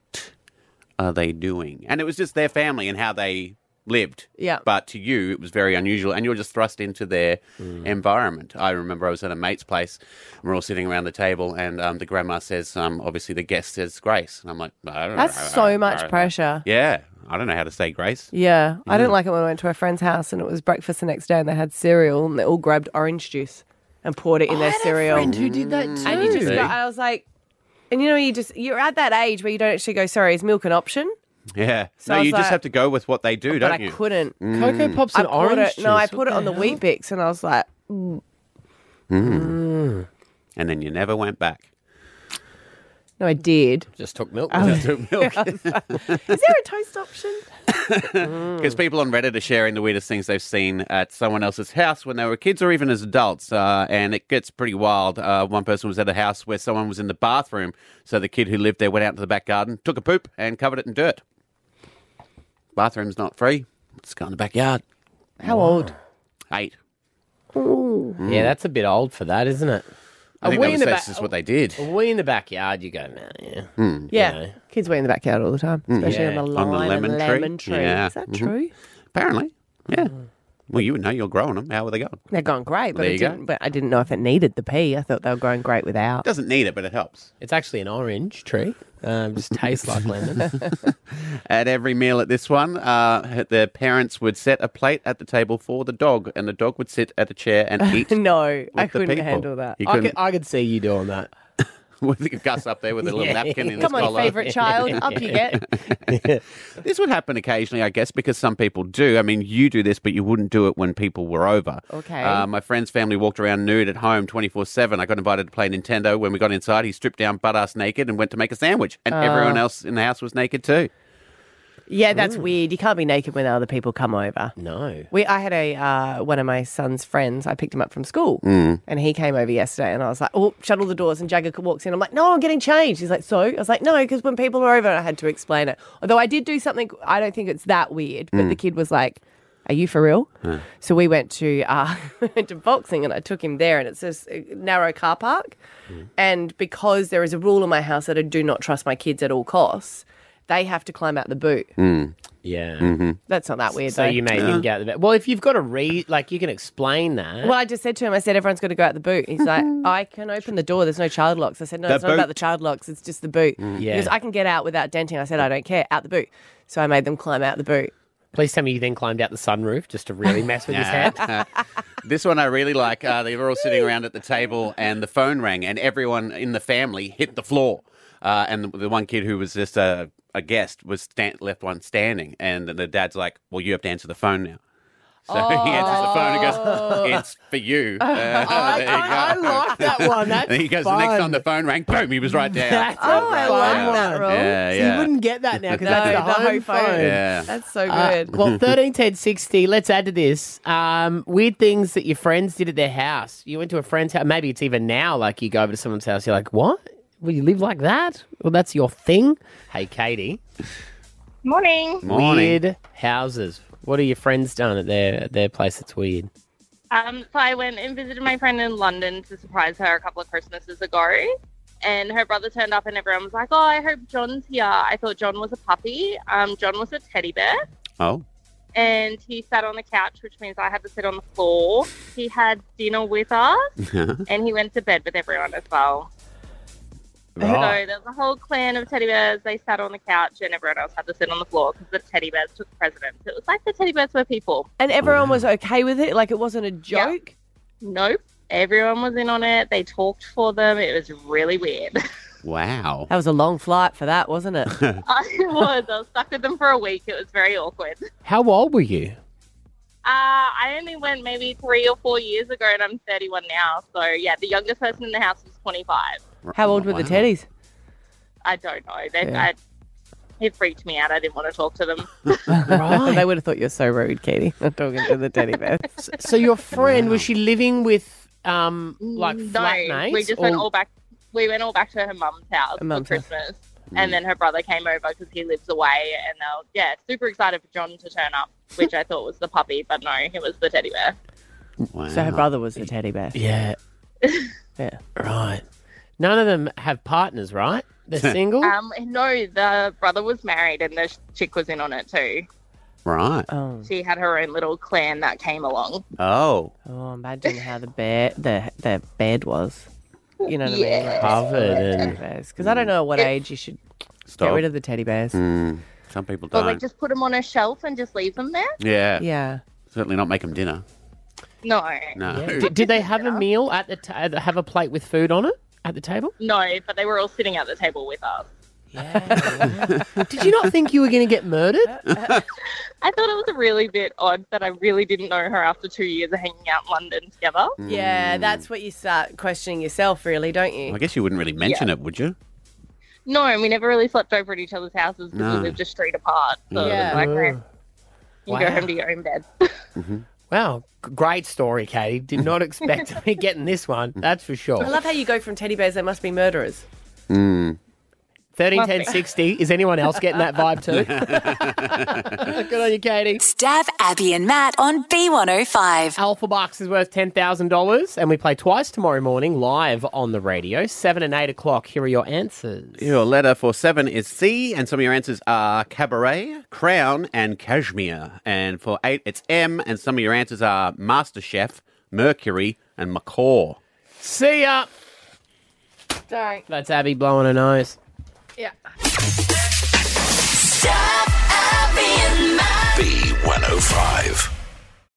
Speaker 2: are they doing? And it was just their family and how they lived.
Speaker 3: Yeah.
Speaker 2: But to you, it was very unusual and you were just thrust into their environment. I remember I was at a mate's place and we're all sitting around the table and um, the grandma says, um, obviously the guest says grace. And I'm like, I don't
Speaker 3: That's
Speaker 2: know.
Speaker 3: so much pressure.
Speaker 2: Yeah. I don't know how to say grace.
Speaker 3: Yeah, I didn't like it when I went to a friend's house and it was breakfast the next day and they had cereal and they all grabbed orange juice and poured it in their cereal. Mm.
Speaker 1: who did that
Speaker 3: And you just
Speaker 2: too.
Speaker 3: go, I was like, and you know, you just you're at that age where you don't actually go. Sorry, is milk an option?
Speaker 2: Yeah.
Speaker 3: So I
Speaker 2: no,
Speaker 3: was
Speaker 2: you just
Speaker 3: like-
Speaker 2: have to go with what they do,
Speaker 3: but
Speaker 2: don't
Speaker 3: I
Speaker 2: you?
Speaker 3: couldn't.
Speaker 2: Mm. Cocoa Pops
Speaker 3: I
Speaker 2: and
Speaker 3: poured
Speaker 2: orange
Speaker 3: it- No, I
Speaker 2: juice,
Speaker 3: put it
Speaker 2: what
Speaker 3: on the
Speaker 2: the
Speaker 3: wheat bix and I was like, "Mm."
Speaker 2: Mm. And then you never went back.
Speaker 3: no, I did.
Speaker 1: *laughs* Just took milk.
Speaker 3: I was-
Speaker 2: Took
Speaker 3: *laughs*
Speaker 2: milk.
Speaker 3: Oh. I was like, hmm. is there a toast option?
Speaker 1: *laughs* Mm.
Speaker 2: Because people on Reddit are sharing the weirdest things they've seen at someone else's house when they were kids or even as adults. Uh, and it gets pretty wild. Uh, one person was at a house where someone was in the bathroom. So the kid who lived there went out to the back garden, took a poop, and covered it in dirt. Bathroom's not free. Let's go in the backyard.
Speaker 3: How old?
Speaker 2: Eight.
Speaker 1: Yeah, that's a bit old for that, isn't it?
Speaker 2: I think that was, that's just what they did.
Speaker 1: Are we in the backyard? You go, nah, yeah.
Speaker 2: Hmm.
Speaker 3: Yeah.
Speaker 1: You know.
Speaker 3: Kids were in the backyard all the time, especially
Speaker 1: Yeah.
Speaker 3: on the
Speaker 1: On
Speaker 3: lime
Speaker 1: the
Speaker 3: lemon
Speaker 1: lemon
Speaker 3: and
Speaker 1: tree?
Speaker 3: lemon tree.
Speaker 2: Yeah.
Speaker 3: Is that
Speaker 2: Mhm.
Speaker 3: true?
Speaker 2: Apparently, yeah.
Speaker 1: Hmm.
Speaker 2: Well, you would know. You're growing them. How are they going?
Speaker 3: They're going great, but,
Speaker 2: There
Speaker 3: it
Speaker 2: you go.
Speaker 3: didn't, but I didn't know if it needed the pea. I thought they were growing great without.
Speaker 2: Doesn't need it, but it helps.
Speaker 1: Uh, It's actually an orange tree.
Speaker 2: *laughs*
Speaker 1: Um, just tastes like lemon.
Speaker 2: At every meal at this one, uh, the parents would set a plate at the table for the dog, and the dog would sit at a chair
Speaker 1: *laughs*
Speaker 2: and eat.
Speaker 3: no, I
Speaker 2: with the
Speaker 3: couldn't
Speaker 2: people.
Speaker 3: handle that.
Speaker 2: You
Speaker 1: I
Speaker 2: couldn't.
Speaker 1: could, I could see you doing that.
Speaker 2: *laughs* with Gus up there with a little
Speaker 1: *laughs* Yeah.
Speaker 2: napkin in
Speaker 1: Come
Speaker 2: his
Speaker 1: on,
Speaker 2: collar.
Speaker 1: favourite child, up you
Speaker 2: *laughs* get. this would happen occasionally, I guess, because some people do. I mean, you do this, but you wouldn't do it when people were over.
Speaker 3: Okay.
Speaker 2: Uh, my friend's family walked around nude at home 24 7. I got invited to play Nintendo. When we got inside, he stripped down butt ass naked and went to make a sandwich. And
Speaker 3: Oh.
Speaker 2: everyone else in the house was naked too.
Speaker 3: Yeah, that's weird. You can't be naked when other people come over.
Speaker 1: No.
Speaker 3: We, I had a uh, one of my son's friends. I picked him up from school,
Speaker 2: Mm.
Speaker 3: and he came over yesterday. And I was like, "Oh, shut all the doors." And Jagger walks in. I'm like, "No, I'm getting changed." He's like, "So?" I was like, "No, because when people are over, I had to explain it." Although I did do something. I don't think it's that weird, but
Speaker 16: Mm.
Speaker 3: the kid was like, "Are you for real?" So we went to uh, *laughs* went to boxing, and I took him there. And it's this uh, narrow car park,
Speaker 1: Mm.
Speaker 3: and because there is a rule in my house that I do not trust my kids at all costs, they have to climb out the boot.
Speaker 2: Mm.
Speaker 1: Yeah.
Speaker 2: Mm-hmm.
Speaker 3: That's not that weird.
Speaker 1: So
Speaker 3: though.
Speaker 1: you made him get the bit. Well, if you've got a read, like you can explain that.
Speaker 3: Well, I just said to him, I said, everyone's got to go out the boot. He's like, I can open the door. There's no child locks. I said, no,
Speaker 1: The
Speaker 3: it's not
Speaker 1: boot.
Speaker 3: about the child locks. It's just the boot.
Speaker 2: Mm.
Speaker 3: He
Speaker 1: Yeah.
Speaker 3: goes, I can get out without denting. I said, I don't care. Out the boot. So I made them climb out the boot.
Speaker 1: Please tell me you then climbed out the sunroof just to really mess with his head.
Speaker 2: Nah. *laughs* this one I really like. Uh, they were all sitting around at the table, and the phone rang, and everyone in the family hit the floor. Uh, and the, the one kid who was just a, a guest was stand, left one standing, and the dad's like, "Well, you have to answer the phone now." So
Speaker 1: Oh,
Speaker 2: he answers the phone and goes, "It's for
Speaker 1: *laughs*
Speaker 2: you." *laughs* Uh, there you
Speaker 1: I
Speaker 2: go.
Speaker 1: like that one.
Speaker 2: *laughs*
Speaker 1: That's
Speaker 2: And he goes, "The next time the phone rang, boom, he was right there."
Speaker 1: *laughs* That's a Oh, I fun like one. that rule.
Speaker 2: Yeah,
Speaker 1: So
Speaker 2: yeah.
Speaker 1: you wouldn't get that now because
Speaker 2: No,
Speaker 1: that's the,
Speaker 2: the
Speaker 1: home,
Speaker 2: home phone.
Speaker 1: phone.
Speaker 2: Yeah. That's
Speaker 3: so
Speaker 2: good. *laughs*
Speaker 1: Uh,
Speaker 3: *laughs*
Speaker 1: well, thirteen ten sixty. Let's add to this um, weird things that your friends did at their house. You went to a friend's house. Maybe it's even now. Like you go over to someone's house, you're like, "What? Will you live like that? Well, that's your thing." Hey, Katie.
Speaker 16: Morning.
Speaker 1: Weird houses. What are your friends done at their at their place? That's weird.
Speaker 17: Um, so I went and visited my friend in London to surprise her a couple of Christmases ago. And her brother turned up, and everyone was like, "Oh, I hope John's here." I thought John was a puppy. Um, John was a teddy bear,
Speaker 2: *laughs* Oh,
Speaker 17: and he sat on the couch, which means I had to sit on the floor. He had dinner with us, and he went to bed with everyone as well. So there was a whole clan of teddy bears. They sat on the couch, and everyone else had to sit on the floor because the teddy bears took precedence. It was like the teddy bears were people.
Speaker 3: And everyone was okay with it. Like it wasn't a joke.
Speaker 17: Nope. Everyone was in on it. They talked for them. It was really weird. *laughs*
Speaker 2: wow.
Speaker 3: That was a long flight for that,
Speaker 2: *laughs*
Speaker 3: wasn't it?
Speaker 17: I was. I was stuck with them for a week. It was very awkward. Uh,
Speaker 1: How old were you?
Speaker 17: I only went maybe three or four years ago, and I'm 31 now. So yeah, the youngest person in the house was 25.
Speaker 3: How old were the teddies?
Speaker 17: I don't know. They,
Speaker 3: Yeah.
Speaker 17: I, it freaked me out. I didn't want to talk to
Speaker 3: *laughs*
Speaker 17: them.
Speaker 3: they would have thought you were so
Speaker 1: *laughs*
Speaker 3: rude, Katie. Not talking to the teddy bear.
Speaker 1: So your friend was she living with um like
Speaker 17: Mm, no,
Speaker 1: flatmates?
Speaker 17: we just
Speaker 1: or-
Speaker 17: went all back. We went all back to her mum's house
Speaker 1: Her mum's
Speaker 17: for
Speaker 1: house. Mm.
Speaker 17: Christmas, and then her brother came over because he lives away, and they were yeah super excited for John to turn up, which I thought was the puppy, but no, it was the teddy bear.
Speaker 3: So her brother was the teddy bear.
Speaker 1: Yeah.
Speaker 3: *laughs* Yeah.
Speaker 1: Right. None of them have partners, right?
Speaker 3: *laughs*
Speaker 1: They're single.
Speaker 17: Um, no, the brother was married, and the chick was in on it too.
Speaker 2: Right.
Speaker 1: Mm.
Speaker 3: Oh.
Speaker 17: She had her own little clan that came along.
Speaker 2: Oh.
Speaker 3: Oh, imagine how the bed the the bed was. You know what I mean?
Speaker 17: Yeah.
Speaker 3: Like,
Speaker 1: Covered and-
Speaker 3: because I don't know what age you should
Speaker 2: Stop.
Speaker 3: get rid of the teddy bears.
Speaker 2: Mm. Some people
Speaker 17: Or
Speaker 2: don't.
Speaker 17: like just put them on a shelf and just leave them there.
Speaker 2: yeah.
Speaker 3: Yeah.
Speaker 2: Certainly not make them dinner.
Speaker 17: No,
Speaker 2: No.
Speaker 1: Yeah. Did, did they have a meal at the ta- uh, have a plate with food on it at the
Speaker 3: *laughs*
Speaker 1: table?
Speaker 17: *laughs* no, but they were all sitting at the table with us.
Speaker 1: Did you not think you were going to get
Speaker 3: *laughs*
Speaker 1: murdered?
Speaker 17: I thought it was a really bit odd that I really didn't know her after two years of hanging out in London together.
Speaker 3: Yeah, that's what you start questioning yourself, really, don't you?
Speaker 2: I guess you wouldn't really mention it, would you?
Speaker 17: No, and we never really slept over at each other's houses because
Speaker 2: No.
Speaker 17: we lived a street apart. So
Speaker 1: Yeah.
Speaker 17: yeah. like, eh, you
Speaker 1: Wow.
Speaker 17: go home to your own bed.
Speaker 1: Wow, g- great story, Katie. Did not expect to *laughs* be getting this one. That's for sure.
Speaker 3: I love how you go from teddy bears. They must be murderers.
Speaker 2: Mm.
Speaker 1: Thirteen
Speaker 4: Must
Speaker 1: ten
Speaker 4: be.
Speaker 1: sixty. Is anyone else getting that vibe too? *laughs* Good on you, Katie.
Speaker 4: Stab Abby and Matt on B105.
Speaker 1: Alpha Bucks is worth ten thousand dollars, and we play twice tomorrow morning live on the radio, seven and eight o'clock. Here are your answers.
Speaker 2: Your letter for seven is C, and some of your answers are cabaret, crown, and cashmere. And for eight, it's M, and some of your answers are MasterChef, Mercury, and Macaw.
Speaker 1: See ya.
Speaker 3: Sorry.
Speaker 1: That's Abby blowing her nose.
Speaker 3: Yeah.
Speaker 4: Stab Abby and Matt.
Speaker 15: B105.